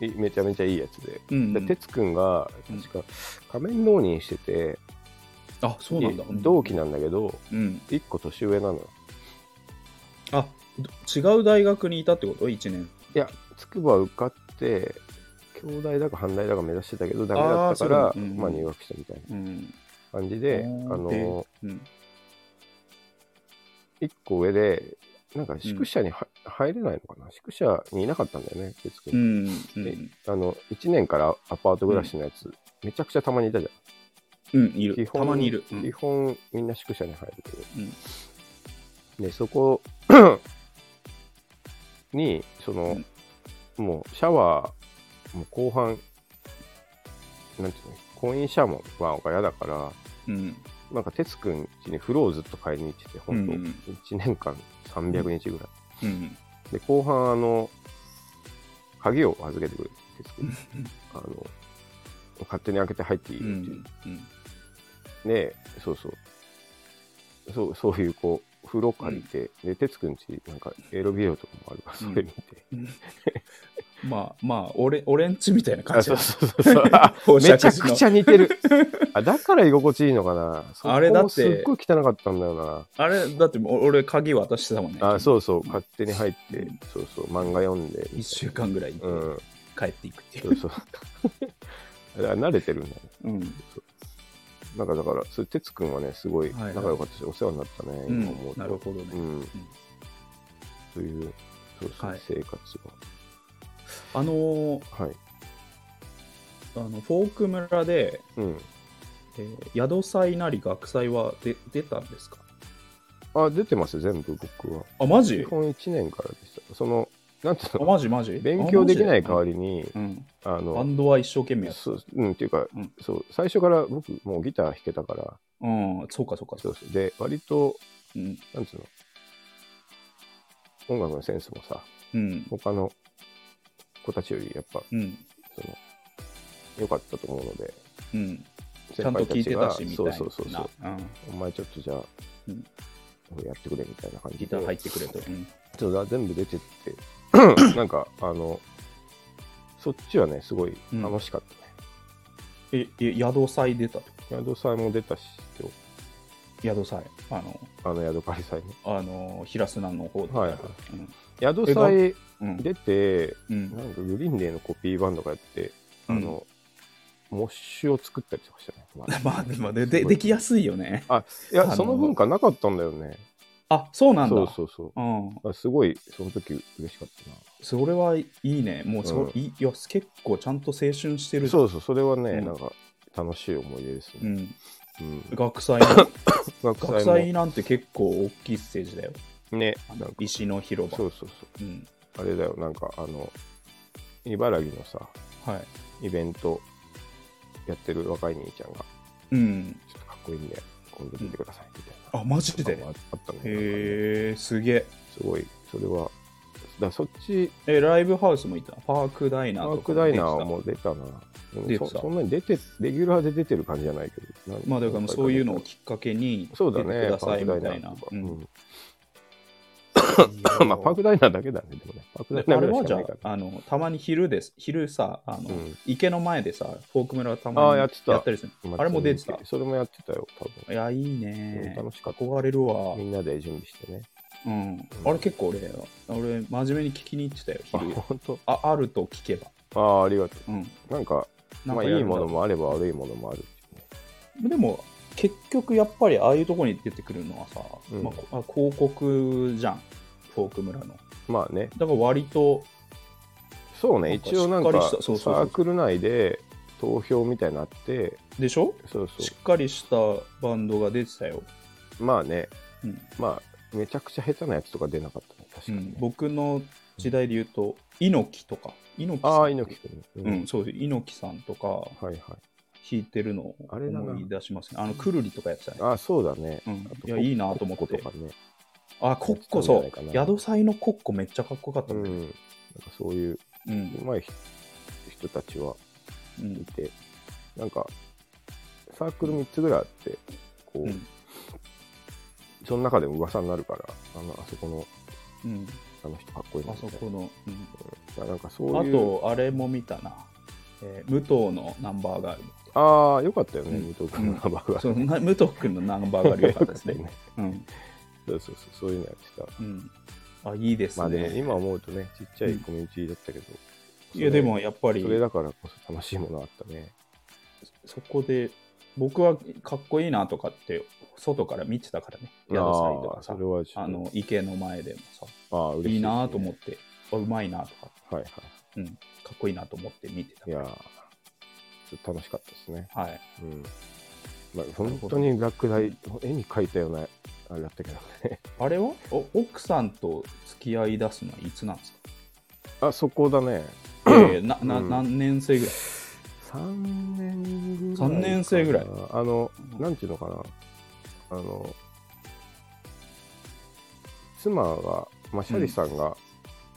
Speaker 2: いめちゃめちゃいいやつで。
Speaker 1: うん
Speaker 2: で哲くんが確か仮面浪人してて、
Speaker 1: あそうなんだ。
Speaker 2: 同期なんだけど
Speaker 1: うん。
Speaker 2: 1個年上なのよ
Speaker 1: あど違う大学にいたってこと ?1 年。
Speaker 2: いや、筑波受かって、京大だか阪大だか目指してたけど、ダメだったか
Speaker 1: あー
Speaker 2: ら、
Speaker 1: そうなんだ
Speaker 2: まあ
Speaker 1: うん
Speaker 2: 入学したみたいな
Speaker 1: うん。
Speaker 2: 感じで、あ
Speaker 1: うん
Speaker 2: の、
Speaker 1: うん
Speaker 2: 一個上で、なんか宿舎には、入れないのかな宿舎にいなかったんだよね、哲
Speaker 1: う
Speaker 2: 君。
Speaker 1: んう
Speaker 2: で
Speaker 1: ん。
Speaker 2: あの、1年からアパート暮らしのやつ、めちゃくちゃたまにいたじゃ
Speaker 1: うん、い
Speaker 2: ん。基
Speaker 1: る。
Speaker 2: 本
Speaker 1: たまにいる。うん
Speaker 2: 基本、みんな宿舎に入るけど。
Speaker 1: うん
Speaker 2: で、そこ に、その、もうシャワー、もう後半、なんていうの、婚姻シャワーが嫌だから、
Speaker 1: うん。
Speaker 2: なんか、哲くん家に風呂をずっと買いに行ってて、
Speaker 1: う
Speaker 2: 本当、
Speaker 1: ん。
Speaker 2: 1年間300日ぐらい。
Speaker 1: うん。
Speaker 2: で、後半、あの、鍵を預けてくれて、哲くん。あの、勝手に開けて入っていいよ
Speaker 1: う
Speaker 2: っていう。
Speaker 1: んうん
Speaker 2: で、そうそう。そう、そういう、こう、風呂借りて、で、哲くんち、なんか、エロビデオとかもあるから、
Speaker 1: うん
Speaker 2: それ見て。
Speaker 1: まあまあ俺俺んちみたいな感
Speaker 2: あ、
Speaker 1: じ
Speaker 2: そ
Speaker 1: だ
Speaker 2: うそうそう そう。あ
Speaker 1: 放射
Speaker 2: めちゃ
Speaker 1: 口の
Speaker 2: くちゃ似 てる。あ、だから居心地いいのかな。そこも
Speaker 1: あれだって
Speaker 2: すっごい汚かったんだよ
Speaker 1: あれだってもう俺鍵渡してたもんね
Speaker 2: な。あ、そうそう、勝手に入って、
Speaker 1: うん
Speaker 2: そうそう、漫画読んで。
Speaker 1: 1週間ぐらい
Speaker 2: うん、
Speaker 1: 帰っていくってい、
Speaker 2: そううそう。 だから慣れてるんだね。
Speaker 1: うん、
Speaker 2: なんかだから、そう、哲くんはね、すごい
Speaker 1: はいはい
Speaker 2: 仲良かったし、お世話になったね、
Speaker 1: うん
Speaker 2: 今思うと。
Speaker 1: なるほどね
Speaker 2: うん。という、そうそう、
Speaker 1: はい
Speaker 2: 生活
Speaker 1: あのー
Speaker 2: は。はい。
Speaker 1: あのフォーク村で、
Speaker 2: うん。
Speaker 1: えー宿祭なり学祭はで出たんですか
Speaker 2: あ、出てますよ、全部僕は。
Speaker 1: あマ
Speaker 2: 基
Speaker 1: ジ
Speaker 2: 本1年からでした。その、なんていう
Speaker 1: あ
Speaker 2: の、
Speaker 1: マジマジ
Speaker 2: 勉強できない代わ
Speaker 1: り、
Speaker 2: りに、
Speaker 1: うん、
Speaker 2: あ
Speaker 1: バ
Speaker 2: の、
Speaker 1: ンドは一生懸命やって
Speaker 2: そう、うん、っていうか、
Speaker 1: うん
Speaker 2: そう、最初から僕、もうギター弾けたから、
Speaker 1: うんそうかそうか
Speaker 2: そうそう。で、割と、
Speaker 1: うん
Speaker 2: なんていうの、音楽のセンスもさ、
Speaker 1: うん
Speaker 2: 他の子たちより、やっぱ、
Speaker 1: うん
Speaker 2: その、良かったと思うので、
Speaker 1: うんちゃんと聞いてたしみたい
Speaker 2: そう
Speaker 1: な
Speaker 2: そうそうそう。
Speaker 1: ん
Speaker 2: お前ちょっとじゃあ、
Speaker 1: うん
Speaker 2: やってくれみたいな感じ
Speaker 1: ギ
Speaker 2: で
Speaker 1: ター入ってくれと、うん
Speaker 2: そうだ全部出てって なんかあのそっちはねすごい
Speaker 1: うん
Speaker 2: 楽しかったね、
Speaker 1: ええ宿祭出たと
Speaker 2: 宿祭も出たし今日
Speaker 1: 宿祭あの
Speaker 2: あの宿狩り祭ね
Speaker 1: あの平砂の方で、
Speaker 2: はいはい
Speaker 1: うん
Speaker 2: 宿祭
Speaker 1: うん
Speaker 2: 出て
Speaker 1: うん、
Speaker 2: なんかグリーンデーのコピーバンドがやって、あ のモッシュを作ったりしましたね、ま
Speaker 1: まあでもですで
Speaker 2: ごい
Speaker 1: できやすいよね
Speaker 2: あい
Speaker 1: あ
Speaker 2: や
Speaker 1: の
Speaker 2: その文化なかったんだよね
Speaker 1: あそうなんだ
Speaker 2: そうそうそう
Speaker 1: うん
Speaker 2: あすごいその時嬉しかったな
Speaker 1: それはいいね。もうそ、
Speaker 2: うん
Speaker 1: いいや結構ちゃんと青春してるじゃん
Speaker 2: そうそうそれはね、
Speaker 1: うん
Speaker 2: なんか楽しい思い出です
Speaker 1: う
Speaker 2: ね、
Speaker 1: ん、
Speaker 2: うん
Speaker 1: 学祭
Speaker 2: 学
Speaker 1: 学祭なんて結構大きいステージだよ。
Speaker 2: もね
Speaker 1: あ
Speaker 2: な
Speaker 1: の
Speaker 2: んか
Speaker 1: 石の広場。
Speaker 2: そううそうそうんあれだよ、なんかあの、茨城のさ、
Speaker 1: はい
Speaker 2: イベントやってる若い兄ちゃんが、
Speaker 1: うん、
Speaker 2: ちょっとかっこいいんで、今度見てくださいみたいな。
Speaker 1: あマジで
Speaker 2: とかもあったね。なんかね
Speaker 1: へえすげえ
Speaker 2: すごい、それは、だからそっち、
Speaker 1: え。ライブハウスもいたパークダイナー
Speaker 2: マ
Speaker 1: とかも
Speaker 2: ークダイナー
Speaker 1: 出て
Speaker 2: も出たな。
Speaker 1: 出
Speaker 2: で
Speaker 1: て
Speaker 2: も
Speaker 1: た
Speaker 2: そそんなに出て、レギュラーで出てる感じじゃないけど。なん
Speaker 1: きたまあだからもうそういうのをきっかけに
Speaker 2: そうだ
Speaker 1: 出てく
Speaker 2: ね、
Speaker 1: だ
Speaker 2: パ
Speaker 1: さ
Speaker 2: ー
Speaker 1: い
Speaker 2: ク
Speaker 1: み
Speaker 2: ダイ
Speaker 1: た
Speaker 2: ナ
Speaker 1: いな
Speaker 2: ーとか。。
Speaker 1: う
Speaker 2: うん
Speaker 1: ん
Speaker 2: まあ、パークダイナーだけだね、でもね。パークダイ
Speaker 1: あ
Speaker 2: ナーぐ
Speaker 1: れ
Speaker 2: らい
Speaker 1: は
Speaker 2: し
Speaker 1: じ
Speaker 2: か
Speaker 1: ゃ
Speaker 2: ないから。
Speaker 1: ああのたまに昼です昼さあの、
Speaker 2: うん
Speaker 1: 池の前でさフォーク村た
Speaker 2: あ
Speaker 1: ま
Speaker 2: ー
Speaker 1: に
Speaker 2: やってた
Speaker 1: やったりするあれも出てた
Speaker 2: それもやってたよ、多分。
Speaker 1: いやいいね
Speaker 2: 楽しかった
Speaker 1: 憧れるわ
Speaker 2: みんなで準備してね。
Speaker 1: うん、あれ結構俺、俺真面目に聞きに行ってたよ、
Speaker 2: あ、
Speaker 1: 昼。
Speaker 2: 本当。
Speaker 1: ああると聞けば。
Speaker 2: ああ、ありがと
Speaker 1: うん。
Speaker 2: う。なんか、
Speaker 1: なん
Speaker 2: ま
Speaker 1: かや
Speaker 2: あ、
Speaker 1: る
Speaker 2: いい
Speaker 1: んだ
Speaker 2: ものもあれば悪いものもあるっていうね。
Speaker 1: でも、結局やっぱりああいうとこに出てくるのはさ、
Speaker 2: うん
Speaker 1: まあこあ、広告じゃん、フォーク村の。
Speaker 2: まあね、
Speaker 1: だから割と、
Speaker 2: そうね、
Speaker 1: なんか
Speaker 2: 一応なん
Speaker 1: し
Speaker 2: か
Speaker 1: っかり
Speaker 2: サ
Speaker 1: したそうそうそう
Speaker 2: ークル内で投票みたいなのあって、
Speaker 1: でしょ
Speaker 2: そうそ
Speaker 1: しっかりしたバンドが出てたよ。
Speaker 2: う。まあね、
Speaker 1: うん
Speaker 2: まあ、めちゃくちゃ下手なやつとか出なかったね、確
Speaker 1: う
Speaker 2: かに
Speaker 1: ん、
Speaker 2: ね。
Speaker 1: 僕の時代で言うと、猪木とか。猪木さん
Speaker 2: ああ、猪木君。
Speaker 1: う。ん、そうです猪木さんとか
Speaker 2: はいはい。
Speaker 1: 弾いてるのを
Speaker 2: あれだな
Speaker 1: 思い出しますね。あの、くるりとかやってたね。
Speaker 2: ああ、そうだね。
Speaker 1: うん
Speaker 2: あと
Speaker 1: いやいいなと思って
Speaker 2: コッコとかね。
Speaker 1: あ、コッコそ
Speaker 2: やっ
Speaker 1: う
Speaker 2: てたん。じゃないかな
Speaker 1: 宿祭のコッコめっちゃかっこよかった
Speaker 2: うん
Speaker 1: だよ。
Speaker 2: ん。なんかそういう
Speaker 1: うん
Speaker 2: うまい人人たちは
Speaker 1: う
Speaker 2: い
Speaker 1: ん
Speaker 2: て、なんか、サークル3つぐらいあって、こう、
Speaker 1: うん
Speaker 2: その中でも噂になるから、あのあそこの
Speaker 1: うん、
Speaker 2: あの人かっこいいな
Speaker 1: あ
Speaker 2: み
Speaker 1: そ
Speaker 2: たいな
Speaker 1: この、うん
Speaker 2: まあなんかそう
Speaker 1: あ
Speaker 2: いう。
Speaker 1: とあれも見たな、えー武藤のナンバーガ ール
Speaker 2: ああ、よかったよね、
Speaker 1: うん
Speaker 2: 武藤君のナンバーが。
Speaker 1: そうな武藤君のナンバーガール良かったですね
Speaker 2: ね。
Speaker 1: うん、
Speaker 2: そうそうそう、そういうのやって
Speaker 1: う
Speaker 2: た。
Speaker 1: ん、あいいですね、
Speaker 2: まあでも今思うとね、ちっちゃいコミュニティだったけど、
Speaker 1: いやでもやっぱり
Speaker 2: それだからこそ楽しいものあったね。
Speaker 1: そこで僕はかっこいいなとかって外から見てたからね宿祭と
Speaker 2: あ
Speaker 1: か
Speaker 2: あ
Speaker 1: さ
Speaker 2: それはちょっと
Speaker 1: あの池の前でもさ
Speaker 2: ああ、嬉しい、
Speaker 1: いいなと思
Speaker 2: っ
Speaker 1: ってあうまいなとか、
Speaker 2: て。はいは
Speaker 1: うん、かっこいいなと思って見てた
Speaker 2: い。いやーちょっと楽しかったですね。
Speaker 1: はい
Speaker 2: うん。まあ、本当に落雷、絵に描いたような、あれだったけどね。
Speaker 1: あれはお奥さんと付き合い出すのはいつなん ですか
Speaker 2: あ、そこだね。
Speaker 1: えーなな
Speaker 2: うん
Speaker 1: 何年生ぐらい
Speaker 2: 3年ぐらいかな。
Speaker 1: 三年生ぐらい
Speaker 2: あの、なんていうのかな。あの、妻が、まあ、シャリさんが、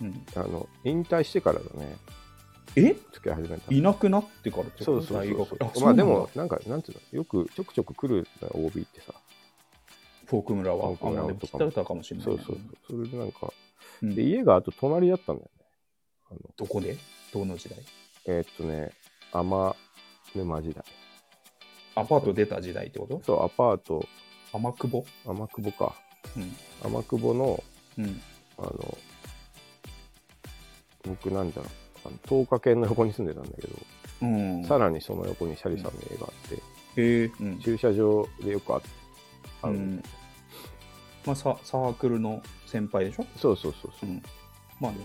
Speaker 1: うん、
Speaker 2: あの、引退してからだね。
Speaker 1: え
Speaker 2: 付き合い始めた
Speaker 1: いなくなってからって
Speaker 2: そ
Speaker 1: こと
Speaker 2: うそうそう
Speaker 1: 大学
Speaker 2: そうまあで、
Speaker 1: なん
Speaker 2: も
Speaker 1: だ
Speaker 2: なんかなんていうのよくちょくちょく来るんだよ OB ってさ
Speaker 1: フォーク村は、
Speaker 2: フォ
Speaker 1: あ
Speaker 2: ーク村
Speaker 1: の
Speaker 2: は
Speaker 1: でも切った歌かもしれない
Speaker 2: そ
Speaker 1: ね、
Speaker 2: うそうそうそれでなんか
Speaker 1: うん
Speaker 2: で家があと隣だったんだよねあの
Speaker 1: どこでどの時代
Speaker 2: えーっとね天沼時代
Speaker 1: アパート出た時代ってこと
Speaker 2: そうアパート
Speaker 1: 天久保
Speaker 2: 天久保か
Speaker 1: うん。
Speaker 2: 天久保の
Speaker 1: うん。
Speaker 2: あの僕なんだろうあの東華圏の横に住んでたんだけど、
Speaker 1: うん。
Speaker 2: さらにその横にシャリさんの家があって、
Speaker 1: へえ。うん。
Speaker 2: 駐車場でよくああの、
Speaker 1: うんまあ、ササークルの先輩でしょ
Speaker 2: そうそうそう
Speaker 1: う
Speaker 2: そ
Speaker 1: ん。まあね、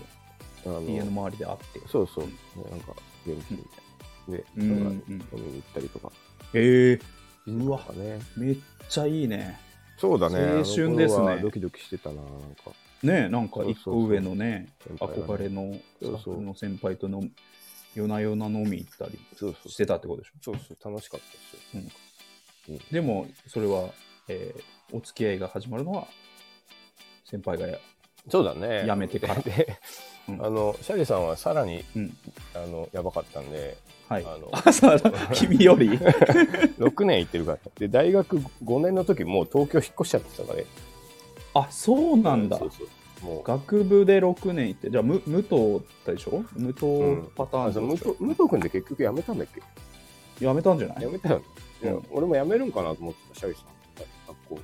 Speaker 2: う、あの
Speaker 1: 家の周りで会って。
Speaker 2: そうそう、ねなんか元気で、
Speaker 1: うん
Speaker 2: なんか
Speaker 1: うん
Speaker 2: 飲みに行ったりとか、
Speaker 1: へえ。
Speaker 2: う
Speaker 1: うわ、
Speaker 2: ね、
Speaker 1: めっちゃいいね。
Speaker 2: そうだね
Speaker 1: 青春ですね
Speaker 2: あの頃はドキドキしてたななんか
Speaker 1: ねえ、なんか一
Speaker 2: そうそう
Speaker 1: 個
Speaker 2: そう
Speaker 1: 上のね、
Speaker 2: 先輩が
Speaker 1: 憧れのサ
Speaker 2: そう
Speaker 1: ー
Speaker 2: そう
Speaker 1: クルの先輩との夜な夜な飲み行ったり
Speaker 2: そうそう
Speaker 1: してたってことでしょ
Speaker 2: そうそう楽しかったですよ、
Speaker 1: でも、それは、えーお付き合いが始まるのは、先輩がや、
Speaker 2: そうだね
Speaker 1: やめてから
Speaker 2: で、
Speaker 1: うん
Speaker 2: あのシャリさんはさらに
Speaker 1: うん。
Speaker 2: あのやばかったんで
Speaker 1: はい。
Speaker 2: あの
Speaker 1: あ、そう だ君より
Speaker 2: 6年行ってるからで大学5年の時もう東京引っ越しちゃってたからね
Speaker 1: あ、そうなんだ
Speaker 2: そ。うそうもう
Speaker 1: 学部で6年行って、じゃあ、む武藤だったでしょ武藤パター
Speaker 2: あ
Speaker 1: ン
Speaker 2: そう
Speaker 1: の
Speaker 2: 武
Speaker 1: 人
Speaker 2: 藤武藤君って結局辞めたんだっけ
Speaker 1: やめたんじゃない
Speaker 2: 辞めたよね、いや
Speaker 1: うん
Speaker 2: 俺も辞めるんかなと思ってたシャリさん学校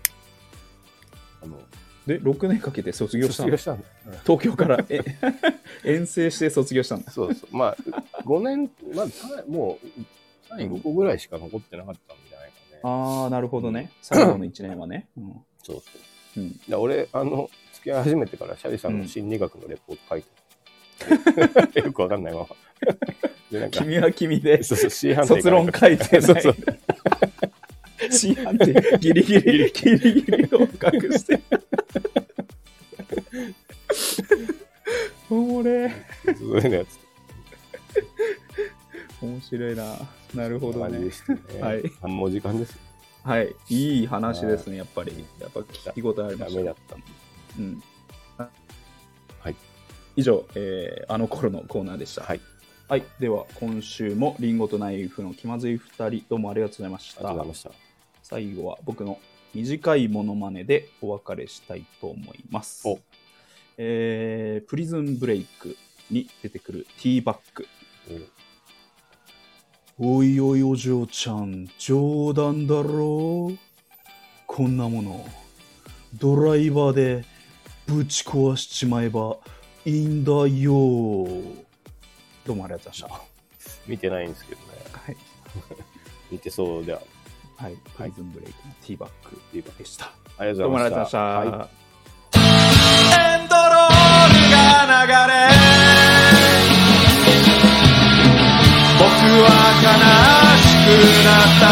Speaker 2: あの
Speaker 1: で、6年かけて卒業した
Speaker 2: 卒
Speaker 1: の
Speaker 2: 業したんだ
Speaker 1: 東京からえ 遠征して卒業したんだ。
Speaker 2: そうそうまあ5年まあ単位もう単位5個ぐらいしか残ってなかったんじゃないかね
Speaker 1: ああ、なるほどね。最後の1年はね。うん
Speaker 2: そうそう
Speaker 1: うん、
Speaker 2: だ俺あの付き合い始めてからシャリさんの心理学のレポート書いて た、よくわかんないままでなんか
Speaker 1: 君は君で
Speaker 2: そうそう C 判定
Speaker 1: 卒論書いて
Speaker 2: そう
Speaker 1: な
Speaker 2: そう
Speaker 1: い。C 判定ギリギリギリギリ合格 して。俺
Speaker 2: そういうのやつ
Speaker 1: 面白いな。なるほど
Speaker 2: 感じ
Speaker 1: ね
Speaker 2: で。したね
Speaker 1: はい
Speaker 2: あもう時間です
Speaker 1: はい、いい話ですね、やっぱり。やっぱ聞き応えありま
Speaker 2: ダ
Speaker 1: し
Speaker 2: メ
Speaker 1: た。
Speaker 2: だった
Speaker 1: うん、
Speaker 2: はい。
Speaker 1: 以上、えーあの頃のコーナーでした。
Speaker 2: はい。
Speaker 1: はい、では、今週もリンゴとナイフの気まずい2人、どうもありがとうございまし
Speaker 2: ありがとうござ
Speaker 1: た
Speaker 2: い。ました
Speaker 1: 最後は僕の短いモノマネでお別れしたいと思います
Speaker 2: お。
Speaker 1: えープリズンブレイクに出てくるティーバッグ。
Speaker 2: うん
Speaker 1: おいおいお嬢ちゃん、冗談だろうこんなもの、ドライバーでぶち壊しちまえばいいんだよ。どうもありがとうございました。
Speaker 2: 見てないんですけどね
Speaker 1: はい。
Speaker 2: 見てそうでは
Speaker 1: はい。プリズンブレイクのティーバッグ
Speaker 2: いいか
Speaker 1: でした。
Speaker 2: ありが
Speaker 1: ど
Speaker 2: と
Speaker 1: う
Speaker 2: う
Speaker 1: も
Speaker 2: ご
Speaker 1: あ
Speaker 2: ざ
Speaker 1: り
Speaker 2: い
Speaker 1: がとう
Speaker 2: ま
Speaker 1: ご
Speaker 3: エン
Speaker 1: ざいました。
Speaker 2: したはい
Speaker 3: ドロールが流れ僕は悲しくなった